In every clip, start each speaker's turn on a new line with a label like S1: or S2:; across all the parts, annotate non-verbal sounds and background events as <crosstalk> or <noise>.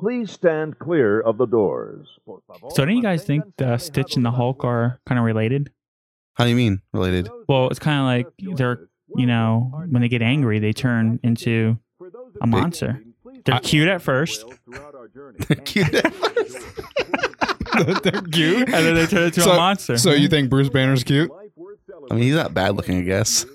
S1: Please stand clear of the doors.
S2: So, don't you guys think uh, Stitch and the Hulk are kind of related?
S3: How do you mean related?
S2: Well, it's kind of like they're, you know, when they get angry, they turn into a monster. They're cute at first.
S4: <laughs>
S3: They're cute at <laughs> first.
S4: <laughs> They're cute.
S2: <laughs> And then they turn into
S4: so,
S2: a monster.
S4: So you think Bruce Banner's cute?
S3: I mean, he's not bad looking, I guess.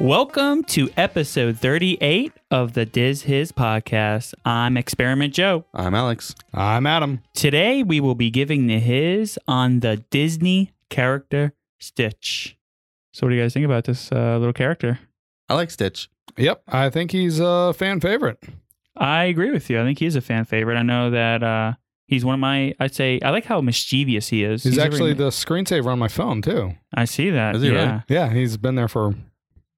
S2: Welcome to episode 38 of the Diz His podcast. I'm Experiment Joe.
S3: I'm Alex.
S4: I'm Adam.
S2: Today we will be giving the his on the Disney character Stitch. So, what do you guys think about this uh, little character?
S3: I like Stitch. <laughs>
S4: Yep, I think he's a fan favorite.
S2: I agree with you. I think he's a fan favorite. I know that uh, he's one of my. I'd say I like how mischievous he is.
S4: He's,
S2: a
S4: actually
S2: very-
S4: the screensaver on my phone too.
S2: I see that.
S3: Is he
S2: yeah.
S3: really?
S4: Yeah, he's been there for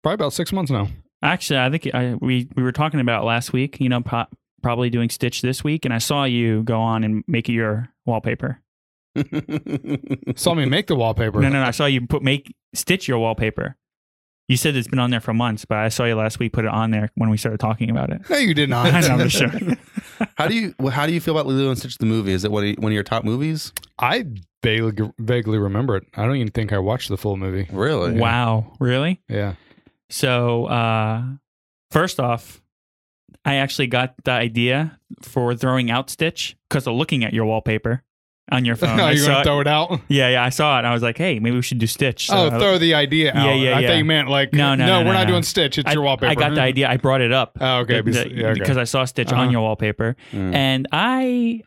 S4: probably about six months now.
S2: Actually, I think I, we we were talking about last week. You know, pro- probably doing Stitch this week, and I saw you go on and make it your wallpaper.
S4: Saw me make the wallpaper.
S2: No, no, no. I saw you put make Stitch your wallpaper. You said it's been on there for months, but I saw you last week put it on there when we started talking about it.
S4: No, you did not.
S2: <laughs> I know, I'm just sure.
S3: <laughs> how do you well, how do you feel about Lilo and Stitch the movie? Is it one of, one of your top movies?
S4: I vaguely, vaguely remember it. I don't even think I watched the full movie.
S3: Really?
S2: Wow, really?
S4: Yeah.
S2: So, uh, first off, I actually got the idea for throwing out Stitch because of looking at your wallpaper on your
S4: <laughs>
S2: phone.
S4: no,
S2: Um, I
S4: you're
S2: saw
S4: gonna
S2: it-
S4: throw it out.
S2: Yeah, yeah, I saw it. And I was like, hey, maybe we should do Stitch. So
S4: oh,
S2: I-
S4: throw the idea out.
S2: uh, Yeah, yeah,
S4: I
S2: yeah.
S4: thought you meant like
S2: No, no, no,
S4: we're
S2: no,
S4: not
S2: no.
S4: doing Stitch. It's
S2: I,
S4: your wallpaper.
S2: I got the idea. I brought it up
S4: Oh, okay.
S2: the-
S4: Bes- yeah, okay.
S2: because I saw Stitch on
S4: Uh-huh.
S2: your wallpaper,
S3: Mm.
S2: and I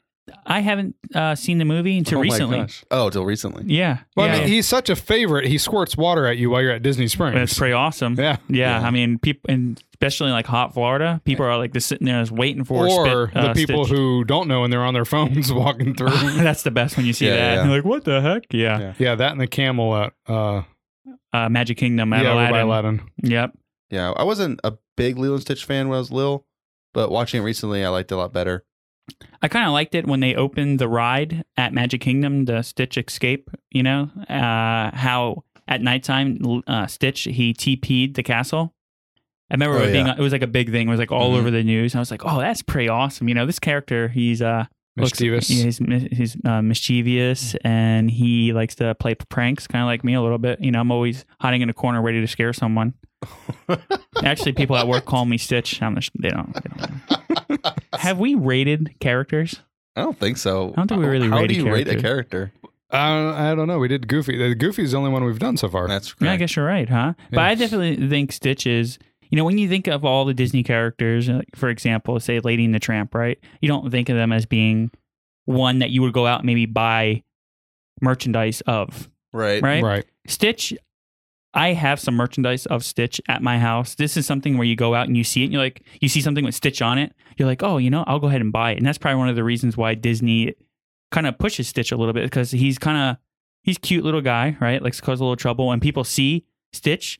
S2: I haven't uh, seen the movie until
S3: Oh my
S2: recently.
S3: gosh. Oh, till recently.
S2: Yeah,
S4: well,
S2: yeah,
S4: I mean,
S2: yeah.
S4: he's such a favorite. He squirts water at you while you're at Disney Springs.
S2: that's pretty awesome.
S4: Yeah.
S2: Yeah,
S3: Yeah.
S2: I mean, people, and especially in, like hot Florida, people are like just sitting there just waiting for a
S4: or
S2: spit, uh,
S4: the people
S2: Stitch.
S4: who don't know and they're on their phones <laughs>
S2: <laughs>
S4: walking through.
S2: that's the best when you see
S3: Yeah,
S2: that.
S3: yeah.
S2: And you're like, what the heck? Yeah,
S4: yeah. that and the camel at uh,
S2: Uh, Magic Kingdom, at
S4: yeah, over by
S2: Aladdin.
S4: Aladdin.
S2: Yep.
S3: Yeah, I wasn't a big Lilo and Stitch fan when I was little, but watching it recently, I liked it a lot better.
S2: I kind of liked it when they opened the ride at Magic Kingdom, the Stitch Escape. You know uh, how at nighttime l- uh, Stitch he TP'd the castle. I remember
S3: Oh,
S2: it being
S3: yeah.
S2: it was like a big thing. It was like all
S3: Mhm.
S2: over the news. I was like, oh, that's pretty awesome. You know, this character he's uh looks-
S4: Mischievous.
S2: yeah, he's mi- he's uh, mischievous and he likes to play p- pranks, kind of like me a little bit. You know, I'm always hiding in a corner, ready to scare
S4: <laughs>
S2: someone. Actually, people at work call me Stitch. I'm just, they don't. They don't.
S4: <laughs>
S2: Have we rated characters?
S3: I don't think so. I
S2: don't think we really
S3: How
S2: rate a
S3: do you rate a character?
S4: Uh, I don't know. We did Goofy. Uh, Goofy's the only one we've done so far.
S3: That's
S2: Yeah, I
S3: correct.
S2: guess you're right, huh? But
S4: Yeah.
S2: I definitely think Stitch is. You know, when you think of all the Disney characters, like, for example, say Lady and the Tramp, right? You don't think of them as being one that you would go out and maybe buy merchandise of,
S3: Right.
S2: right?
S4: right.
S2: Stitch. I have some merchandise of Stitch at my house. This is something where you go out and you see it and you're like, you see something with Stitch on it. You're like, oh, you know, I'll go ahead and buy it. And that's probably one of the reasons why Disney kind of pushes Stitch a little bit because he's kind of, he's a cute little guy, right? Likes to cause a little trouble. When people see Stitch,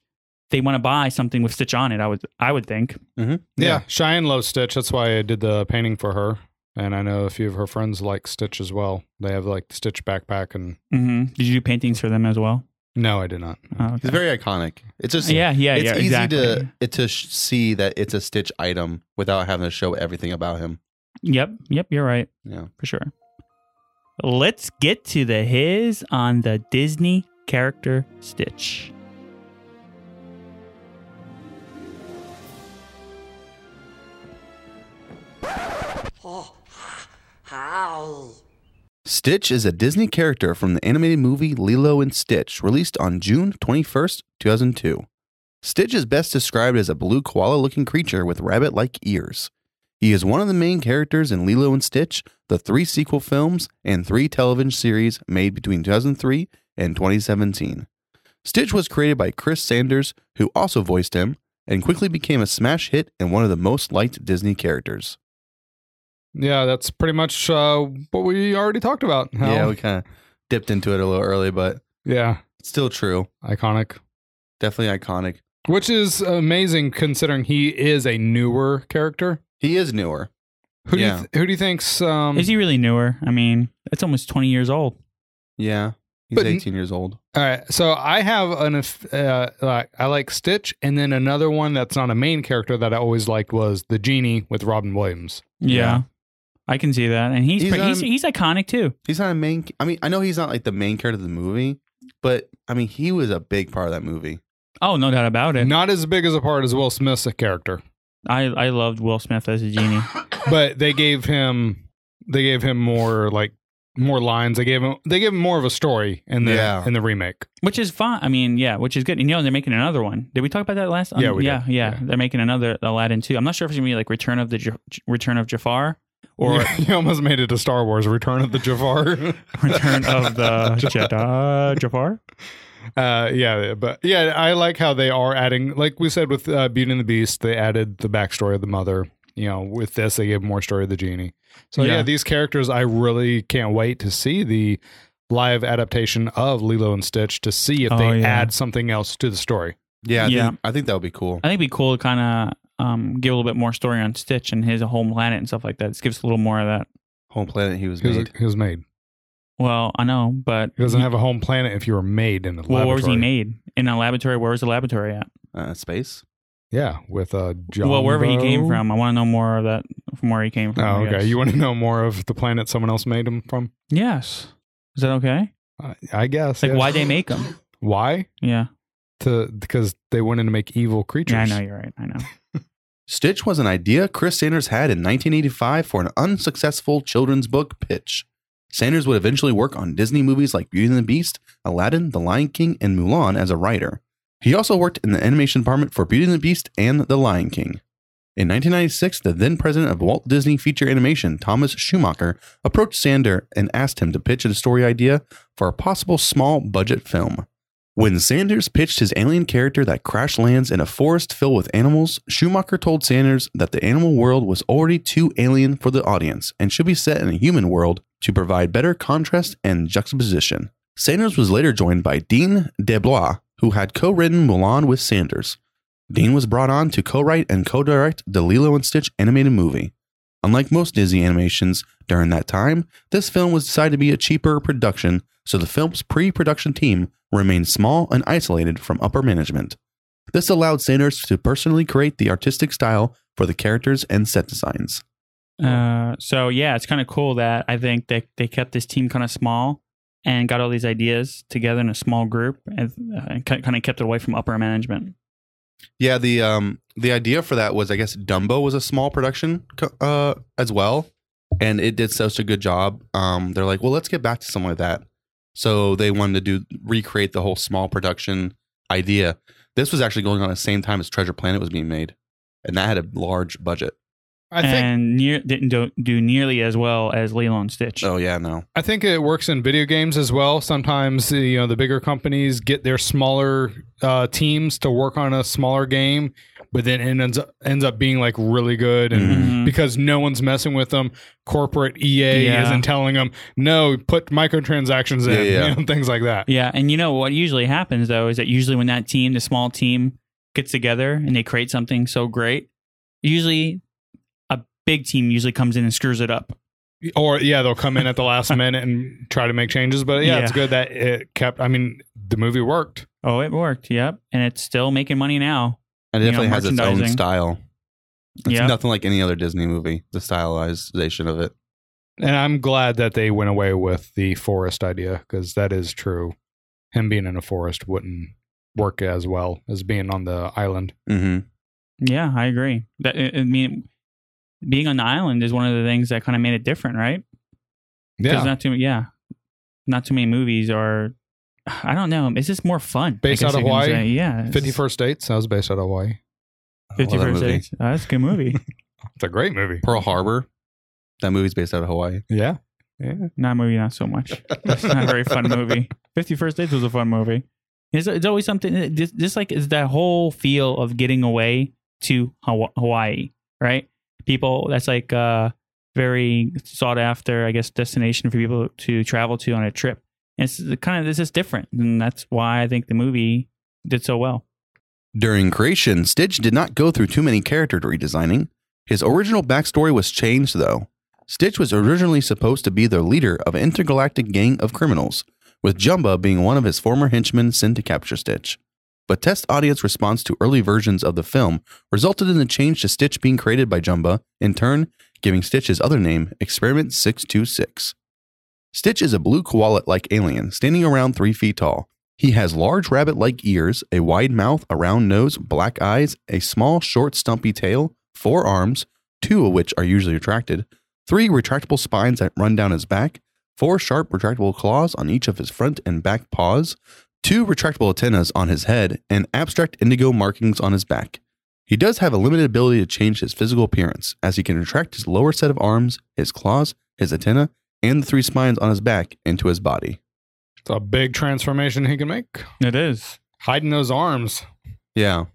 S2: they want to buy something with Stitch on it. I would, I would think.
S4: Yeah.
S3: Yeah.
S4: Cheyenne loves Stitch. That's why I did the painting for her. And I know a few of her friends like Stitch as well. They have like Stitch backpack and
S2: hmm Did you do paintings for them as well?
S4: no, I did not.
S2: Oh,
S3: He's
S2: okay.
S3: very iconic. It's just
S2: yeah, yeah,
S3: it's
S2: yeah.
S3: easy
S2: exactly.
S3: to it, to sh- see that it's a Stitch item without having to show everything about him.
S2: Yep, yep, you're right.
S3: Yeah.
S2: for sure. Let's get to the his on the Disney character Stitch.
S3: Stitch is a Disney character from the animated movie Lilo and Stitch, released on June 21st, 2002. Stitch is best described as a blue koala looking creature with rabbit like ears. He is one of the main characters in Lilo and Stitch, the three sequel films, and three television series made between 2003 and 2017. Stitch was created by Chris Sanders, who also voiced him, and quickly became a smash hit and one of the most liked Disney characters.
S4: Yeah, that's pretty much uh, what we already talked about. Hal.
S3: Yeah, we kind of dipped into it a little early, but
S4: yeah.
S3: still true.
S4: Iconic.
S3: Definitely iconic.
S4: Which is amazing considering he is a newer character.
S3: He is newer.
S4: Who do
S3: Yeah.
S4: you th- who do you think's um
S2: Is he really newer? I mean, it's almost 20 years old.
S3: Yeah. He's
S4: But-
S3: 18 years old.
S4: All right, so I have an if- uh, like I like Stitch, and then another one that's not a main character that I always liked was the genie with Robin Williams.
S2: Yeah.
S3: Yeah.
S2: I can see that. And he's
S3: He's
S2: he's,
S3: on-
S4: um,
S2: he's, he's iconic too.
S3: He's not a main. I mean, I know he's not like the main character of the movie, but I mean, he was a big part of that movie.
S2: Oh, no doubt about it.
S4: Not as big as a part as Will Smith's character,
S2: I, I loved Will Smith as a
S4: <laughs>
S2: genie.
S4: but they gave him they gave him more like more lines. They gave him they gave him more of a story in the
S3: Yeah.
S4: in the remake.
S2: Which is fine. I mean, yeah, which is good. And you know, they're making another one. Did we talk about that last? Um,
S4: Yeah, we
S2: yeah,
S4: did.
S2: yeah.
S4: Yeah.
S2: They're making another Aladdin too. I'm not sure if it's gonna be like Return of the Ja- J- Return of Jafar
S4: <laughs>
S2: or
S4: you almost made it to Star Wars: Return of the Jafar.
S2: <laughs> Return of
S4: <laughs>
S2: the Jedi Jafar.
S4: Uh, yeah, but yeah, I like how they are adding, like we said with uh, Beauty and the Beast, they added the backstory of the mother. You know, with this, they gave more story of the genie. So yeah,
S2: Yeah.
S4: these characters, I really can't wait to see the live adaptation of Lilo and Stitch to see if
S2: Oh,
S4: they
S2: yeah.
S4: add something else to the story.
S3: Yeah. I
S2: Yeah.
S3: Think, I think that would be cool.
S2: I think it'd be cool to kind of um, give a little bit more story on Stitch and his home planet and stuff like that. This gives a little more of that.
S3: Home planet he was
S4: He was,
S3: made.
S4: he was made.
S2: Well, I know, but
S4: He doesn't have a home planet if you were made in a
S2: well, where was he
S4: laboratory.
S2: made in a laboratory? Where was the laboratory at?
S3: uh, space.
S4: Yeah, with uh, John.
S2: Well, wherever he came from, I want to know more of that from where he came from.
S4: Oh,
S2: I
S4: okay.
S2: guess.
S4: You want to know more of the planet someone else made him from?
S2: yes. Is that okay?
S4: I, I guess.
S2: Like
S4: yeah.
S2: why they make him?
S4: Why?
S2: Yeah.
S4: to because they wanted to make evil creatures.
S2: Yeah, I know you're right. I know.
S3: Stitch was an idea Chris Sanders had in 1985 for an unsuccessful children's book pitch. Sanders would eventually work on Disney movies like Beauty and the Beast, Aladdin, The Lion King, and Mulan as a writer. He also worked in the animation department for Beauty and the Beast and The Lion King. In 1996, the then president of Walt Disney Feature Animation, Thomas Schumacher, approached Sander and asked him to pitch a story idea for a possible small budget film. When Sanders pitched his alien character that crash lands in a forest filled with animals, Schumacher told Sanders that the animal world was already too alien for the audience and should be set in a human world to provide better contrast and juxtaposition. Sanders was later joined by Dean DeBlois, who had co written Mulan with Sanders. Dean was brought on to co write and co direct the Lilo and Stitch animated movie. Unlike most Disney animations during that time, this film was decided to be a cheaper production, so the film's pre production team remained small and isolated from upper management. This allowed Sanders to personally create the artistic style for the characters and set designs.
S2: Uh, so yeah, it's kind of cool that I think they they kept this team kind of small and got all these ideas together in a small group and, uh, and kind of kept it away from upper management.
S3: Yeah, the um the idea for that was I guess Dumbo was a small production co- uh as well, and it did such a good job. Um, they're like, well, let's get back to something like that. So they wanted to do recreate the whole small production idea. This was actually going on at the same time as Treasure Planet was being made, and that had a large budget.
S4: I think
S2: and near, didn't do, do nearly as well as Lilo and Stitch.
S3: Oh yeah, no,
S4: I think it works in video games as well. Sometimes you know the bigger companies get their smaller uh, teams to work on a smaller game, but then it ends up, ends up being like really good, and
S2: Mhm.
S4: because no one's messing with them, corporate EA
S2: Yeah.
S4: isn't telling them no, put microtransactions in,
S3: Yeah, yeah.
S4: You know, <laughs> things like that.
S2: Yeah, and you know what usually happens though is that usually when that team, the small team, gets together and they create something so great, usually a big team usually comes in and screws it up.
S4: Or yeah, they'll come in at the last minute and try to make changes. But yeah, it's
S2: Yeah.
S4: good that it kept. I mean, the movie worked.
S2: Oh, it worked. Yep, and it's still making money now.
S3: and it
S2: You know,
S3: definitely has its own
S2: merchandising.
S3: style. It's
S2: Yeah.
S3: nothing like any other Disney movie. The stylization of it.
S4: And I'm glad that they went away with the forest idea because that is true. Him being in a forest wouldn't work as well as being on the island.
S3: Mm-hmm.
S2: Yeah, I agree. That I I mean, being on the island is one of the things that kind of made it different, right? 'Cause Not too yeah, not too many movies are. I don't know. It's just more fun. I
S4: Based
S2: guess
S4: out of
S2: you can
S4: Hawaii?
S2: say. Yeah, it's-
S4: Fifty First Dates. That was based out of Hawaii.
S2: 51st Dates. Oh, that's a good
S4: <laughs>
S2: movie.
S4: It's a great movie.
S3: Pearl Harbor. That movie's based out of Hawaii.
S4: Yeah.
S2: not a movie, not so much. It's not a very fun movie. Fifty First Dates was a fun movie. It's, it's always something. Just, just like it's that whole feel of getting away to Hawa- Hawaii, right? People. That's like uh very sought after, I guess, destination for people to travel to on a trip. And it's kind of this is different, and that's why I think the movie did so well.
S3: During creation, Stitch did not go through too many character redesigning. His original backstory was changed, though. Stitch was originally supposed to be the leader of an intergalactic gang of criminals, with Jumba being one of his former henchmen sent to capture Stitch. But test audience response to early versions of the film resulted in the change to Stitch being created by Jumba, in turn, giving Stitch his other name, Experiment 626. Stitch is a blue koala like alien, standing around 3 feet tall. He has large rabbit like ears, a wide mouth, a round nose, black eyes, a small, short, stumpy tail, four arms, two of which are usually retracted, three retractable spines that run down his back, four sharp retractable claws on each of his front and back paws, two retractable antennas on his head, and abstract indigo markings on his back. He does have a limited ability to change his physical appearance, as he can retract his lower set of arms, his claws, his antenna, and the three spines on his back into his body.
S4: It's a big transformation he can make.
S2: It is.
S4: Hiding those arms.
S3: Yeah,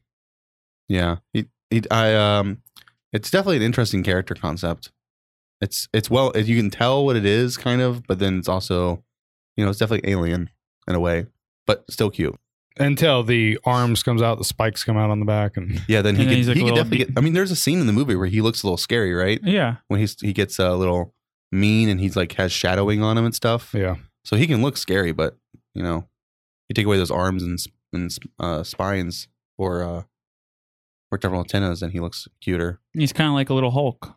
S3: yeah. He, he, I, um, it's definitely an interesting character concept. It's, it's well, you can tell what it is, kind of, but then it's also, you know, it's definitely alien in a way, but still cute.
S4: Until the arms comes out, the spikes come out on the back, and
S3: Yeah. Then he
S2: And then
S3: could,
S2: he's like
S3: he
S2: a
S3: could
S2: little
S3: definitely.
S2: bit-
S3: Get, I mean, there's a scene in the movie where he looks a little scary, right?
S2: Yeah.
S3: When he's he gets a little mean and he's like has shadowing on him and stuff.
S4: yeah,
S3: So he can look scary, but you know, you take away those arms and s- and s- uh, spines or uh, or temporal antennas, and he looks cuter.
S2: He's kind of like a little Hulk.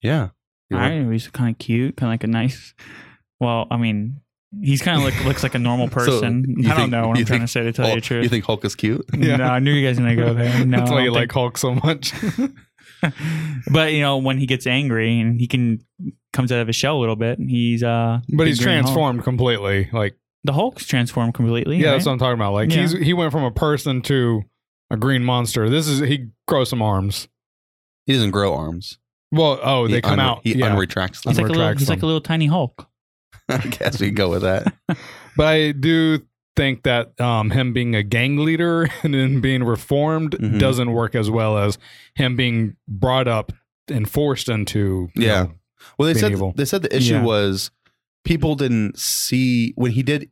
S3: Yeah. You're right.
S2: I know he's kind of cute, kind of like a nice. Well, I mean, he's kind of like looks like a normal
S4: <laughs>
S3: So,
S2: person.
S3: you
S2: I don't
S3: think-
S2: know what
S3: you
S2: I'm trying
S3: think
S2: to say to tell you the
S3: Hulk-
S2: truth.
S3: think Hulk is cute?
S4: <laughs> Yeah.
S2: No, I knew you guys were gonna go there. No,
S4: <laughs> that's why
S2: I
S4: you
S2: don't
S4: like Hulk so much. <laughs>
S2: think- <laughs> But you know, when he gets angry and he can comes out of his shell a little bit, he's uh.
S4: but he's
S2: big green Hulk.
S4: transformed completely. Like,
S2: The Hulk's transformed completely.
S4: yeah,
S2: right?
S4: that's what I'm talking about. Like,
S2: Yeah.
S4: he's he went from a person to a green monster. This is he grows some arms.
S3: He doesn't grow arms.
S4: Well, oh, they
S3: He
S4: come
S3: unre-
S4: out.
S3: He
S4: yeah.
S3: unretracts them.
S2: he's like a little.
S4: Retracts
S2: He's like
S4: them.
S2: a little tiny Hulk.
S3: <laughs> I guess we can go with that.
S4: But I do think that um, him being a gang leader <laughs> and then being reformed
S3: Mhm.
S4: doesn't work as well as him being brought up and forced into. you
S3: Yeah.
S4: know,
S3: Well, they said
S4: Medieval.
S3: they said the issue
S2: Yeah.
S3: was people didn't see when he did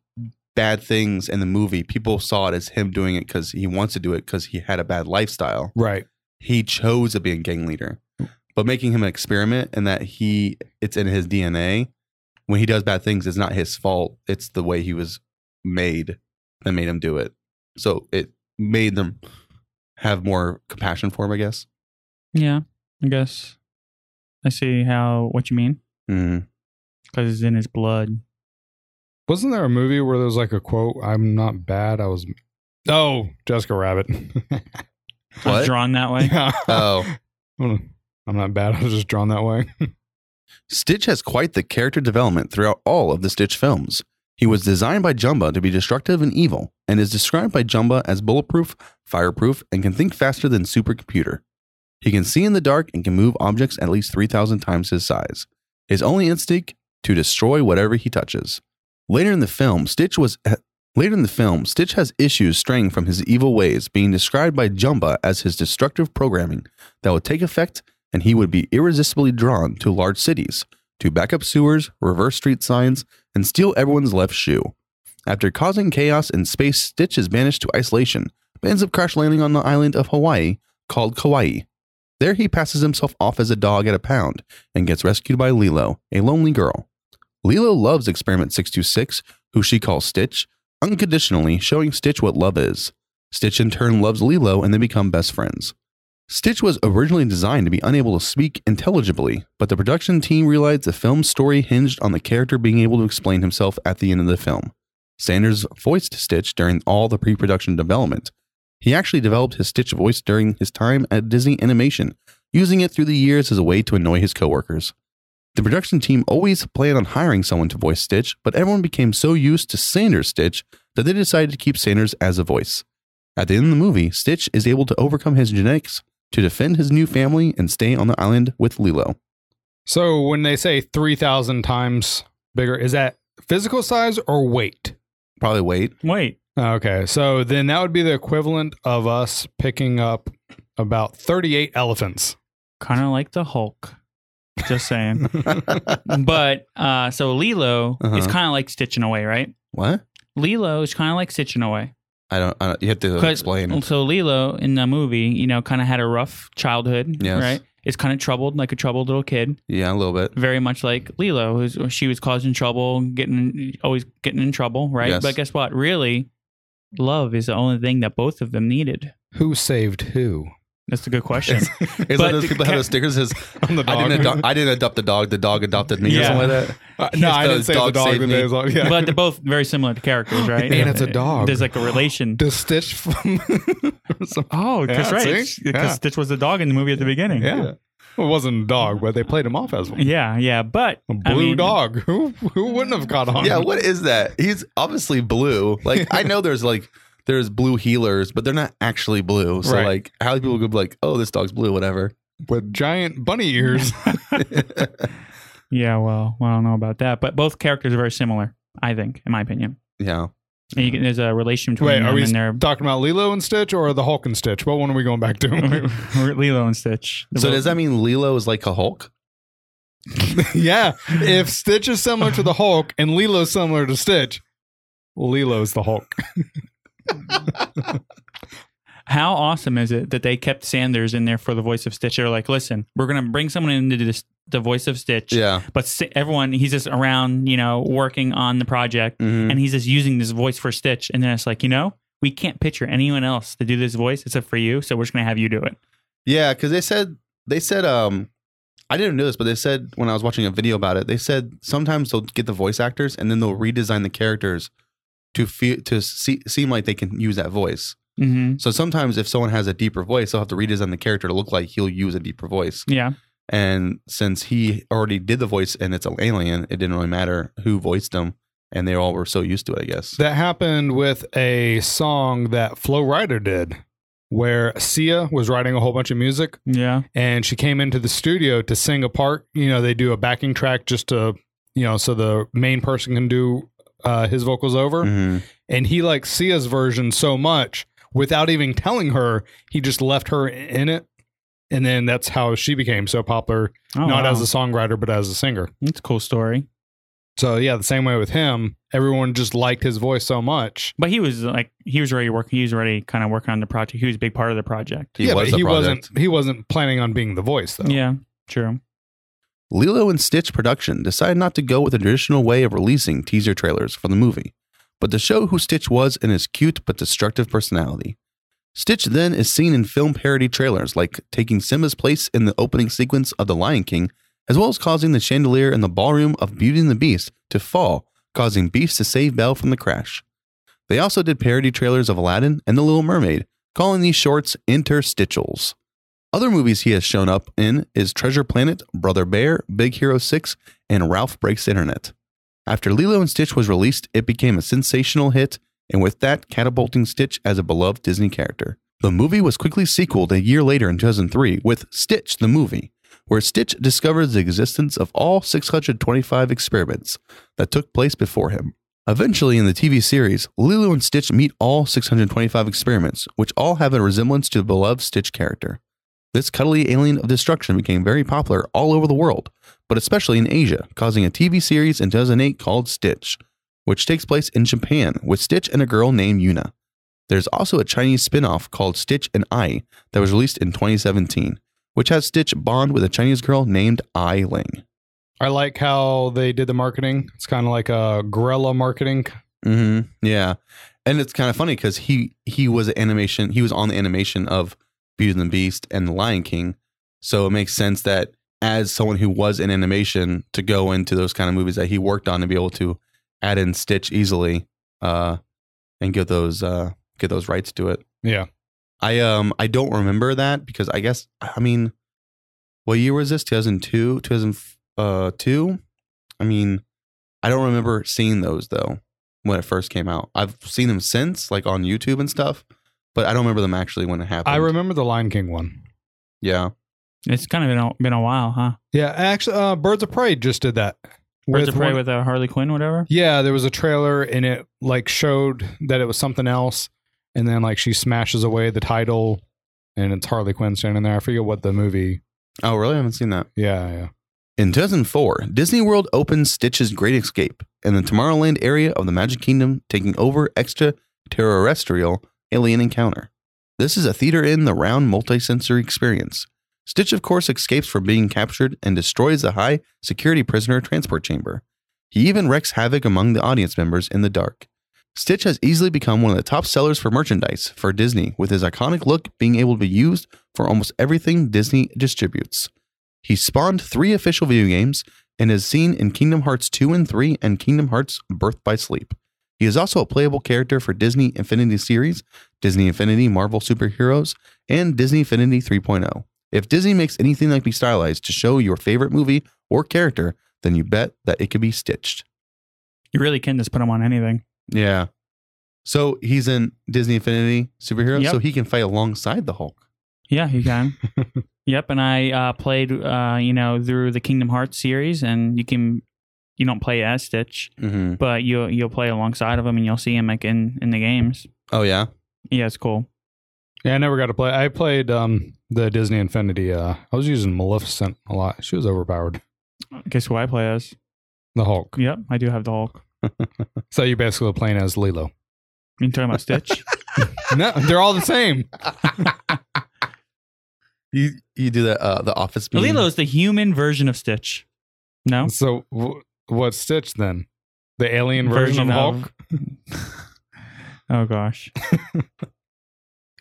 S3: bad things in the movie. People saw it as him doing it because he wants to do it because he had a bad lifestyle.
S4: right.
S3: He chose to be a gang leader, but making him an experiment and that he it's in his DNA. When he does bad things, it's not his fault. It's the way he was made that made him do it. So it made them have more compassion for him, I guess.
S2: Yeah, I guess. I see how what you mean
S3: Mm.
S2: because it's in his blood.
S4: Wasn't there a movie where there was like a quote, I'm not bad, I was Oh, Jessica Rabbit. <laughs>
S2: I was
S3: What?
S2: drawn that way.
S4: yeah.
S3: Oh.
S4: <laughs> I'm not bad, I was just drawn that way.
S3: Stitch has quite the character development throughout all of the Stitch films. He was designed by Jumba to be destructive and evil, and is described by Jumba as bulletproof, fireproof, and can think faster than supercomputer. He can see in the dark and can move objects at least 3,000 times his size. His only instinct to destroy whatever he touches. Later in the film, Stitch was later in the film, Stitch has issues straying from his evil ways, being described by Jumba as his destructive programming that would take effect and he would be irresistibly drawn to large cities, to back up sewers, reverse street signs, and steal everyone's left shoe. After causing chaos in space, Stitch is banished to isolation, but ends up crash landing on the island of Hawaii called Kauai. There he passes himself off as a dog at a pound and gets rescued by Lilo, a lonely girl. Lilo loves Experiment 626, who she calls Stitch, unconditionally, showing Stitch what love is. Stitch in turn loves Lilo and they become best friends. Stitch was originally designed to be unable to speak intelligibly, but the production team realized the film's story hinged on the character being able to explain himself at the end of the film. Sanders voiced Stitch during all the pre production development. He actually developed his Stitch voice during his time at Disney Animation, using it through the years as a way to annoy his coworkers. The production team always planned on hiring someone to voice Stitch, but everyone became so used to Sanders' Stitch that they decided to keep Sanders as a voice. At the end of the movie, Stitch is able to overcome his genetics to defend his new family and stay on the island with Lilo.
S4: so when they say three thousand times bigger, is that physical size or weight?
S3: Probably wait.
S2: Wait,
S4: Okay. So then that would be the equivalent of us picking up about thirty eight elephants.
S2: kind of like the Hulk. Just
S3: <laughs>
S2: saying. but uh, so Lilo is
S3: Uh-huh.
S2: kind of like Stitch in a way, right?
S3: what?
S2: Lilo is kind of like Stitch in a way.
S3: I don't. I don't you have to
S2: 'Cause-
S3: explain.
S2: So Lilo in the movie, you know, kind of had a rough childhood,
S3: Yes.
S2: right? It's kind of troubled, like a troubled little kid,
S3: Yeah, a little
S2: <laughs>
S3: bit.
S2: very much like Lilo, who's she was causing trouble, getting always getting in trouble, right?
S3: Yes.
S2: But guess what? Really, love is the only thing that both of them needed.
S4: Who saved <laughs> who?
S2: That's a good
S3: <laughs>
S2: question.
S3: It's like
S2: But
S3: those
S2: the
S3: people have
S2: cat-
S3: those stickers that says
S4: I'm the
S3: I
S4: dog.
S3: didn't, adopt, I didn't adopt the dog. The dog adopted me
S2: Yeah.
S3: or something like that.
S4: Uh, no, I didn't
S3: Those
S4: say the
S3: dogs
S4: dog.
S3: saved
S4: but
S3: me.
S4: it was like, yeah.
S2: but they're both very similar to characters, right?
S4: Man, it's a dog.
S2: There's like a relation.
S4: <laughs> the Stitch from <laughs> some-
S2: Oh, that's
S4: Yeah,
S2: right.
S4: see?
S2: It's- Because
S4: Yeah.
S2: Stitch was the dog in the movie at the beginning.
S4: yeah. Well, it wasn't a dog, but they played him off as one.
S2: Yeah, yeah. But
S4: A
S2: I
S4: blue
S2: mean,
S4: dog. <laughs> Who who wouldn't have caught on?
S3: Yeah, what is that? He's obviously blue. Like I know there's like there's blue healers, but they're not actually blue. So
S4: Right.
S3: like how do people go be like, oh, this dog's blue, whatever.
S4: with giant bunny ears.
S2: Yeah, well, I don't know about that, but both characters are very similar, I think, in my opinion.
S3: Yeah.
S2: And you can, there's a relation between
S4: Wait,
S2: them
S4: are we
S2: and their
S4: talking about Lilo and Stitch or the Hulk and Stitch? What one are we going back to?
S2: <laughs>
S4: <laughs>
S2: Lilo and Stitch.
S3: So does that mean Lilo is like a Hulk?
S4: yeah, if Stitch is similar to the Hulk and Lilo's similar to Stitch, Lilo's the Hulk.
S2: How awesome is it that they kept Sanders in there for the voice of Stitch? They're like, listen, we're gonna bring someone in to do this, the voice of Stitch.
S3: Yeah.
S2: But Sti- everyone, he's just around, you know, working on the project,
S3: Mhm.
S2: and he's just using this voice for Stitch. And then it's like, you know, we can't picture anyone else to do this voice except for you, so we're just gonna have you do it.
S3: Yeah, because they said they said um I didn't know this, but they said when I was watching a video about it, they said sometimes they'll get the voice actors and then they'll redesign the characters to feel to see, seem like they can use that voice.
S2: hmm
S3: So sometimes if someone has a deeper voice, they'll have to redesign the character to look like he'll use a deeper voice.
S2: Yeah.
S3: And since he already did the voice and it's an alien, it didn't really matter who voiced him. And they all were so used to it, I guess.
S4: That happened with a song that Flo Rida did, where Sia was writing a whole bunch of music
S2: Yeah.
S4: and she came into the studio to sing a part. You know, they do a backing track just to, you know, so the main person can do uh, his vocals over.
S3: Mhm.
S4: And he liked Sia's version so much without even telling her, he just left her in it. And then that's how she became so popular,
S2: Oh,
S4: not
S2: wow.
S4: as a songwriter, but as a singer.
S2: That's a cool story.
S4: So, yeah, the same way with him. Everyone just liked his voice so much.
S2: But he was like, he was already working. He was already kind of working on the project. He was a big part of the project.
S3: He
S4: yeah,
S3: was
S4: but
S3: the
S4: he
S3: project.
S4: wasn't he wasn't planning on being the voice though.
S2: Yeah, true.
S3: Lilo and Stitch production decided not to go with the traditional way of releasing teaser trailers for the movie, but to show who Stitch was and his cute but destructive personality. Stitch then is seen in film parody trailers like taking Simba's place in the opening sequence of The Lion King, as well as causing the chandelier in the ballroom of Beauty and the Beast to fall, causing Beast to save Belle from the crash. They also did parody trailers of Aladdin and The Little Mermaid, calling these shorts interstitials. Other movies he has shown up in is Treasure Planet, Brother Bear, Big Hero 6, and Ralph Breaks the Internet. After Lilo and Stitch was released, it became a sensational hit, and with that, catapulting Stitch as a beloved Disney character. The movie was quickly sequeled a year later in 2003 with Stitch the Movie, where Stitch discovers the existence of all 625 experiments that took place before him. Eventually, in the TV series, Lilo and Stitch meet all 625 experiments, which all have a resemblance to the beloved Stitch character. This cuddly alien of destruction became very popular all over the world, but especially in Asia, causing a TV series in 2008 called Stitch, which takes place in Japan with Stitch and a girl named Yuna. There's also a Chinese spin off called Stitch and I that was released in 2017, which has Stitch bond with a Chinese girl named Ai Ling.
S4: I like how they did the marketing. It's kind of like a guerrilla marketing.
S3: Mm-hmm. Yeah, and it's kind of funny because he he was animation. He was on the animation of Beauty and the Beast and The Lion King, so it makes sense that as someone who was in animation to go into those kind of movies that he worked on to be able to add in Stitch easily, uh, and get those uh get those rights to it.
S4: Yeah.
S3: I um I don't remember that because I guess I mean, what year was this? Two thousand two, two thousand uh two. I mean, I don't remember seeing those though when it first came out. I've seen them since, like on YouTube and stuff, but I don't remember them actually when it happened.
S4: I remember the Lion King one.
S3: Yeah,
S2: It's kind of been a, been a while, huh?
S4: Yeah, actually, uh, Birds of Prey just did that.
S2: Birds of Prey
S4: one-
S2: with uh, Harley Quinn, whatever.
S4: Yeah, there was a trailer and it like showed that it was something else, and then like she smashes away the title, and it's Harley Quinn standing there. I forget what the movie.
S3: Oh, really? I haven't seen that.
S4: Yeah, yeah.
S3: In 2004, Disney World opened Stitch's Great Escape in the Tomorrowland area of the Magic Kingdom, taking over extra Terrestrial Alien Encounter. This is a theater in the round multisensory experience. Stitch, of course, escapes from being captured and destroys the high security prisoner transport chamber. He even wreaks havoc among the audience members in the dark. Stitch has easily become one of the top sellers for merchandise for Disney, with his iconic look being able to be used for almost everything Disney distributes. He spawned three official video games and is seen in Kingdom Hearts 2 and 3 and Kingdom Hearts Birth by Sleep. He is also a playable character for Disney Infinity series, Disney Infinity Marvel Superheroes, and Disney Infinity 3.0. If Disney makes anything that can be stylized to show your favorite movie or character, then you bet that it could be stitched.
S2: You really can just put him on anything.
S3: Yeah. So he's in Disney Infinity Superheroes,
S2: Yep.
S3: so he can fight alongside the Hulk.
S2: Yeah, you can.
S4: <laughs>
S2: yep, and I uh, played, uh, you know, through the Kingdom Hearts series, and you can, you don't play as Stitch,
S3: Mm-hmm.
S2: but you you'll play alongside of him, and you'll see him like in in the games.
S3: Oh, yeah.
S2: Yeah, it's cool.
S4: Yeah, I never got to play. I played um, the Disney Infinity. Uh, I was using Maleficent a lot. She was overpowered.
S2: Guess who I play as?
S4: The Hulk.
S2: Yep, I do have the Hulk.
S4: So you're basically playing as Lilo.
S2: You talking about Stitch?
S4: no, they're all the same.
S3: You you do that uh, the office
S2: <laughs>
S3: meme.
S2: Lilo is the human version of Stitch. No,
S4: So w- what's Stitch then? The alien version,
S2: Version
S4: of
S2: of-
S4: Hulk.
S2: <laughs> oh gosh,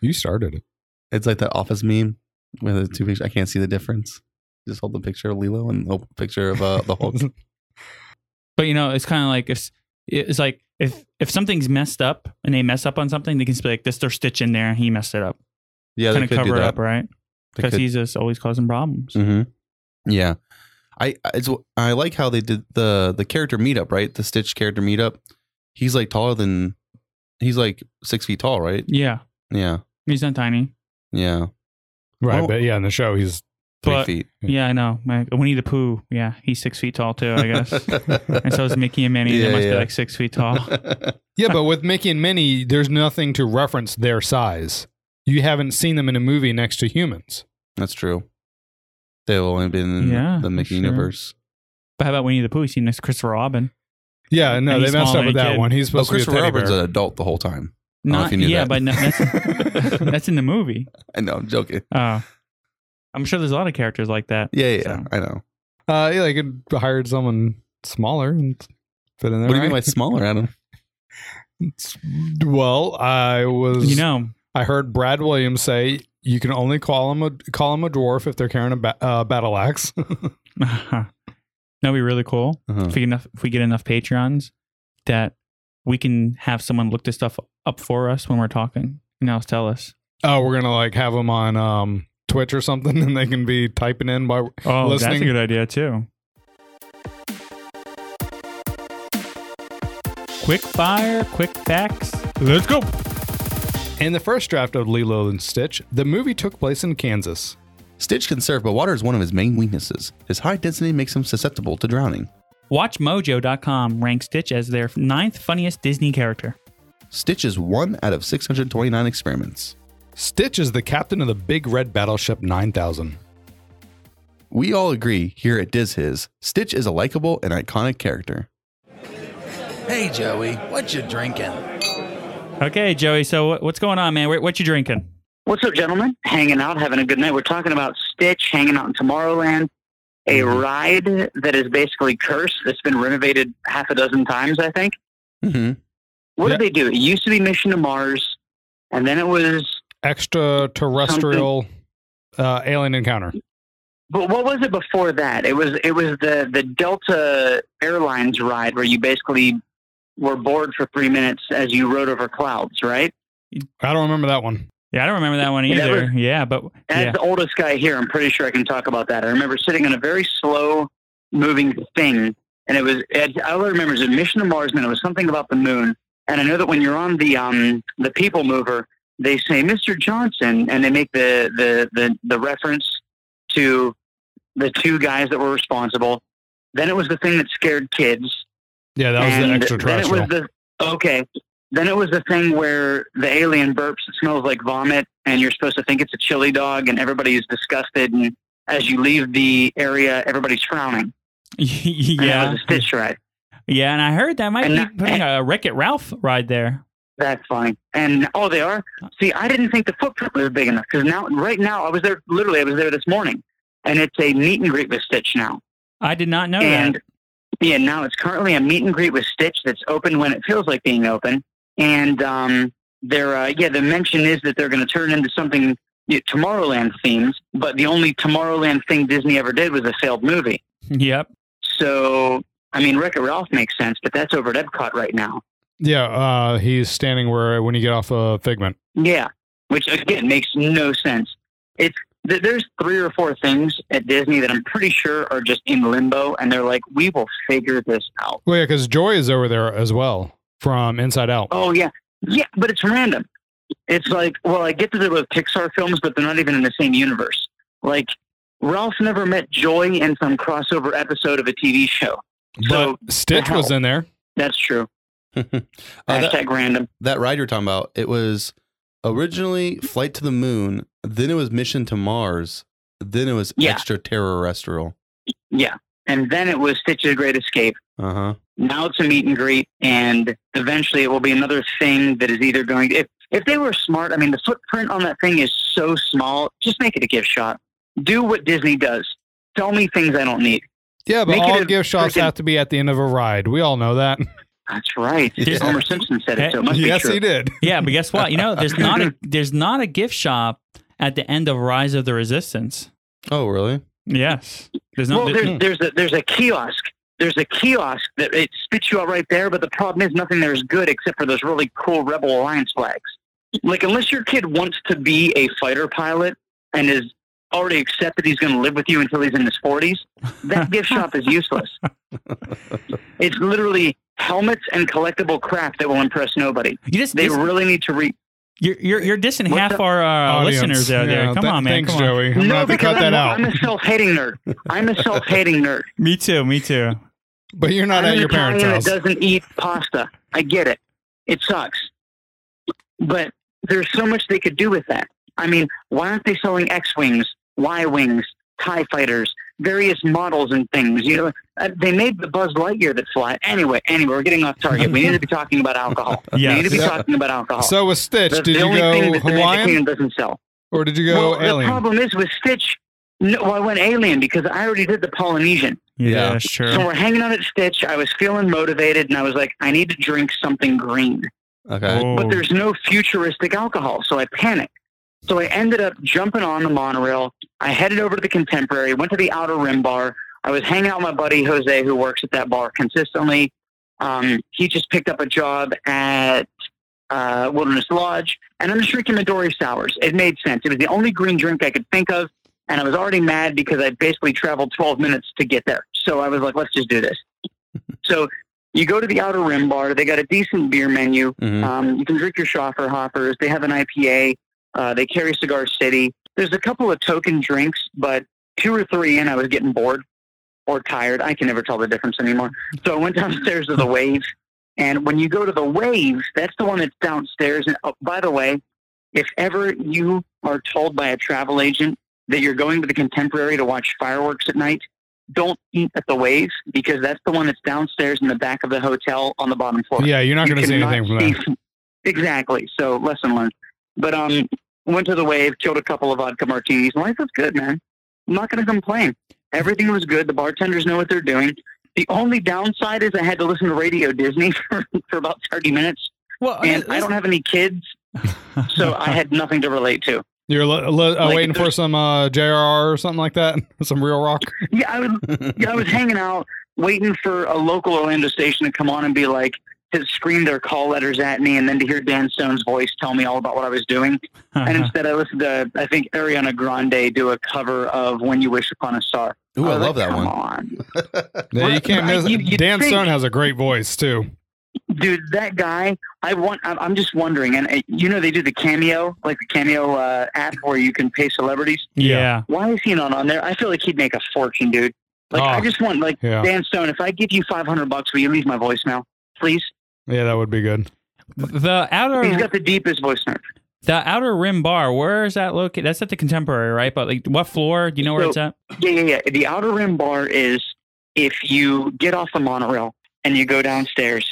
S4: You started it.
S3: It's like that office meme with the
S2: Mm-hmm.
S3: two pictures. I can't see the difference. Just hold the picture of Lilo and hold the picture of uh,
S2: <laughs>
S3: the Hulk.
S2: but you know, it's kind of like if it's like if if something's messed up and they mess up on something, they can just be like, "This their Stitch in there, and he messed it up."
S3: yeah,
S2: kind
S3: they
S2: of
S3: could do
S2: cover it
S3: that.
S2: up, right?
S3: They
S2: Because
S3: could-
S2: he's just always causing problems.
S3: Mhm. Yeah, I I- it's I like how they did the the character meetup. Right, the Stitch character meetup. He's like taller than he's like six feet tall. Right.
S2: Yeah,
S3: Yeah.
S2: he's not tiny.
S3: Yeah.
S4: Right,
S2: Oh.
S3: Well-
S4: but yeah, in the show he's
S3: Three
S2: But-
S3: feet.
S2: Yeah, I know. My, Winnie the Pooh. Yeah, he's six feet tall too, I
S3: <laughs>
S2: guess. and so is Mickey and Minnie.
S3: Yeah,
S2: they must
S3: yeah.
S2: be like six feet
S3: <laughs>
S2: tall.
S4: Yeah, but with Mickey and Minnie, there's nothing to reference their size. You haven't seen them in a movie next to humans.
S3: That's true. They've only been in
S2: Yeah,
S3: the Mickey
S2: sure.
S3: universe.
S2: but how about Winnie the Pooh? He's seen next to Christopher Robin.
S4: Yeah, no,
S2: And
S4: they
S2: he's
S4: messed
S2: smaller
S4: up with
S2: than a
S4: that
S2: kid.
S4: one. He's
S3: Oh,
S4: supposed to be
S3: Christopher
S4: a teddy
S3: Robert's
S4: bear.
S3: an adult the whole time. don't know if
S2: Not
S3: you knew
S2: yeah,
S3: that.
S2: but no,
S3: <laughs>
S2: that's that's in the movie.
S3: I know. I'm joking.
S2: Oh, I'm sure there's a lot of characters like that.
S3: Yeah, yeah, yeah,
S2: So-
S3: I know.
S4: Uh, yeah, they could hired someone smaller and fit in there.
S3: What do you mean by
S4: right?
S3: smaller, Adam?
S4: Well, I was.
S2: You know, <laughs>
S4: I heard Brad Williams say you can only call them a call 'em a dwarf if they're carrying a ba- uh, battle axe. <laughs>
S2: that'd be really cool
S3: Uh-huh.
S2: if we get enough if we get enough Patreons that we can have someone look this stuff up for us when we're talking. And they'll tell us.
S4: oh, we're gonna like have them on um, Twitch or something, <laughs> and they can be typing in by.
S2: Oh, that's
S4: Listening-
S2: a good idea too. Quick fire, quick facts. Let's go.
S4: In the first draft of Lilo and Stitch, the movie took place in Kansas.
S3: Stitch can surf, but water is one of his main weaknesses. His high density makes him susceptible to drowning.
S2: WatchMojo.com ranks Stitch as their ninth funniest Disney character.
S3: Stitch is one out of 629 experiments.
S4: Stitch is the captain of the big red battleship 9000.
S3: We all agree here at Diz His, Stitch is a likable and iconic character.
S5: Hey, Joey, what you drinking?
S2: Okay, Joey. So what- what's going on, man? What, what you drinking?
S6: What's up, gentlemen? Hanging out, having a good night. We're talking about Stitch, hanging out in Tomorrowland, a ride that is basically cursed that's been renovated half a dozen times, I think.
S3: Mm-hmm. <laughs>
S6: What
S4: Yeah.
S6: did they do? It used to be Mission to Mars, and then it was.
S4: Extraterrestrial uh, alien encounter.
S6: But what was it before that? It was it was the the Delta Airlines ride where you basically were bored for three minutes as you rode over clouds, right?
S4: I don't remember that one.
S2: Yeah, I don't remember that one
S6: Yeah, that
S2: either. yeah, but
S6: As
S2: yeah.
S6: the oldest guy here, I'm pretty sure I can talk about that. I remember sitting on a very slow moving thing, and it was it, all I remember is a mission to Mars, and then it was something about the moon. And I know that when you're on the um the people mover, they say Mr. Johnson, and they make the the the, the reference to the two guys that were responsible. Then it was the thing that scared kids
S4: Yeah, that was
S6: and
S4: the extraterrestrial.
S6: Then it was the, okay. Then it was the thing where the alien burps, it smells like vomit, and you're supposed to think it's a chili dog, and everybody's disgusted. And as you leave the area, everybody's frowning. And that
S2: <laughs> yeah,
S6: was a stitch ride.
S2: yeah. And I heard that might
S6: And
S2: be
S6: that-
S2: putting a Wreck It Ralph ride there.
S6: That's fine. And oh, they are. See, I didn't think the footprint was big enough because now, right now, I was there. Literally, I was there this morning, and it's a meet and greet with Stitch now.
S2: I did not know
S6: and
S2: that.
S6: yeah, now it's currently a meet and greet with Stitch that's open when it feels like being open. And um, they're uh, yeah, the mention is that they're going to turn into something yeah, Tomorrowland themes. But the only Tomorrowland thing Disney ever did was a failed movie.
S2: <laughs> Yep.
S6: So I mean, Wreck-It Ralph makes sense, but that's over at Epcot right now.
S4: Yeah, uh, he's standing where when you get off of Figment.
S6: Yeah, which again makes no sense. It's th- there's three or four things at Disney that I'm pretty sure are just in limbo, and they're like, we will figure this out.
S4: Well, yeah, because Joy is over there as well from Inside Out.
S6: Oh yeah, yeah, but it's random. It's like, well, I get that they're both Pixar films, but they're not even in the same universe. Like, Ralph never met Joy in some crossover episode of a TV show. So
S4: but Stitch
S6: the
S4: was
S6: hell.
S4: in there.
S6: that's true.
S3: Uh, that,
S6: Hashtag random.
S3: that ride you're talking about, it was originally Flight to the Moon, then it was Mission to Mars, then it was
S6: Yeah.
S3: Extraterrestrial.
S6: Yeah, and then it was Stitch's Great Escape.
S3: Uh huh.
S6: Now it's a meet and greet, and eventually it will be another thing that is either going. If if they were smart, I mean, the footprint on that thing is so small. Just make it a gift shop. Do what Disney does. Tell me things I don't need.
S4: Yeah, but
S6: Make it
S4: all
S6: a
S4: gift shops
S6: freaking-
S4: have to be at the end of a ride. We all know that.
S6: That's right.
S3: Yeah.
S6: Homer Simpson said it, so it must
S4: yes,
S6: be
S4: he
S6: true.
S4: did.
S2: Yeah, but guess what? You know, there's not a there's not a gift shop at the end of Rise of the Resistance.
S3: Oh, really?
S2: Yes. There's no
S6: well, Hmm.
S2: there-
S6: there's there's a there's a kiosk. There's a kiosk that it spits you out right there, but the problem is nothing there is good except for those really cool Rebel Alliance flags. Like unless your kid wants to be a fighter pilot and is already accepted he's going to live with you until he's in his 40s, <laughs> that gift shop is useless. It's literally helmets and collectible crap that will impress nobody.
S2: you just,
S6: They
S2: dis-
S6: really need to re
S2: you're, you're you're dissing
S6: What
S2: half
S6: the-
S2: our uh,
S4: Audience.
S2: listeners out
S4: Yeah,
S2: there. Come
S4: th-
S2: on, man.
S4: Thanks,
S2: Come on.
S4: Joey. I'm gonna have to
S6: because
S4: cut
S6: I'm,
S4: that
S6: a-
S4: out.
S6: I'm a self-hating nerd. I'm a self-hating nerd.
S2: Me too. Me too.
S4: But you're not
S6: I'm
S4: at
S6: an
S4: your parents'
S6: Italian
S4: house.
S6: That doesn't eat pasta. I get it. It sucks. But there's so much they could do with that. I mean, why aren't they selling X wings, Y wings, Tie fighters, various models and things? You know, Uh, they made the Buzz Lightyear that fly. Anyway, anyway, we're getting off target. We need to be talking about
S4: <laughs>
S6: alcohol. We need to
S2: Yes.
S6: be
S4: Yeah.
S6: talking about alcohol.
S4: So with Stitch,
S6: That's
S4: did
S6: the
S4: you
S6: only thing
S4: go
S6: that the Magic
S4: Hawaiian
S6: Kingdom doesn't sell.
S4: or did you go
S6: well, the
S4: Alien?
S6: problem is with Stitch. No, well, I went alien because I already did the Polynesian.
S2: Yeah,
S3: Yeah.
S6: So
S2: sure.
S6: we're hanging out at Stitch. I was feeling motivated, and I was like, I need to drink something green.
S3: Okay.
S2: Oh.
S6: But there's no futuristic alcohol, so I panicked. So I ended up jumping on the monorail. I headed over to the Contemporary, went to the Outer Rim Bar. I was hanging out with my buddy Jose, who works at that bar consistently. Um, he just picked up a job at uh, Wilderness Lodge, and I'm just drinking Midori sours. It made sense. It was the only green drink I could think of, and I was already mad because I basically traveled 12 minutes to get there. So I was like, let's just do this. so you go to the Outer Rim Bar. They got a decent beer menu.
S3: Mhm.
S6: Um, you can drink your Schaffer Hoppers. They have an IPA. Uh, they carry Cigar City. There's a couple of token drinks, but two or three in, I was getting bored or tired. I can never tell the difference anymore. So I went downstairs to the Wave. And when you go to the Wave, that's the one that's downstairs. And oh, by the way, if ever you are told by a travel agent that you're going to the Contemporary to watch fireworks at night, don't eat at the Wave because that's the one that's downstairs in the back of the hotel on the bottom floor
S4: yeah, you're not
S6: you
S4: going to see
S6: cannot
S4: anything from that.
S6: see- Exactly. So lesson learned. But um, went to the wave, killed a couple of vodka martinis. Life was good, man. I'm not going to complain. Everything was good. The bartenders know what they're doing. The only downside is I had to listen to Radio Disney <laughs> for, for about 30 minutes,
S2: Well,
S6: and I don't have any kids, so I had nothing to relate to.
S4: You're li- li- uh,
S6: Like,
S4: waiting for
S6: there's-
S4: some uh, JRR or something like that, <laughs> some real rock.
S6: Yeah, I was
S3: <laughs>
S6: yeah, I was hanging out waiting for a local Orlando station to come on and be like to scream their call letters at me, and then to hear Dan Stone's voice tell me all about what I was doing. and
S3: Uh-huh.
S6: instead I listened to I think Ariana Grande do a cover of "When You Wish Upon a Star."
S3: Ooh, I
S6: was
S3: love
S6: like,
S3: that
S6: "Come
S3: one.
S6: on."
S4: Yeah, you
S6: Right,
S4: can't
S6: right,
S4: miss.
S6: you- you'd
S4: Dan
S6: think-
S4: Stone has a great voice too.
S6: dude. That guy, I want. I'm- I'm just wondering, and uh, you know they do the cameo, like the cameo uh, app where you can pay celebrities.
S2: <laughs> yeah.
S6: Why is he not on there? I feel like he'd make a fortune, dude. Like I
S4: Oh.
S6: just want, like
S4: Yeah,
S6: Dan Stone. If I give you five hundred bucks, will you leave my voicemail, please?
S4: yeah, that would be good.
S2: The
S6: He's
S2: outer
S6: got the deepest voice nerve.
S2: the outer rim bar. Where is that located? That's at the Contemporary, right? But like, what floor? Do you know where
S6: So-
S2: it's at?
S6: Yeah, yeah, yeah. The outer rim bar is if you get off the monorail and you go downstairs,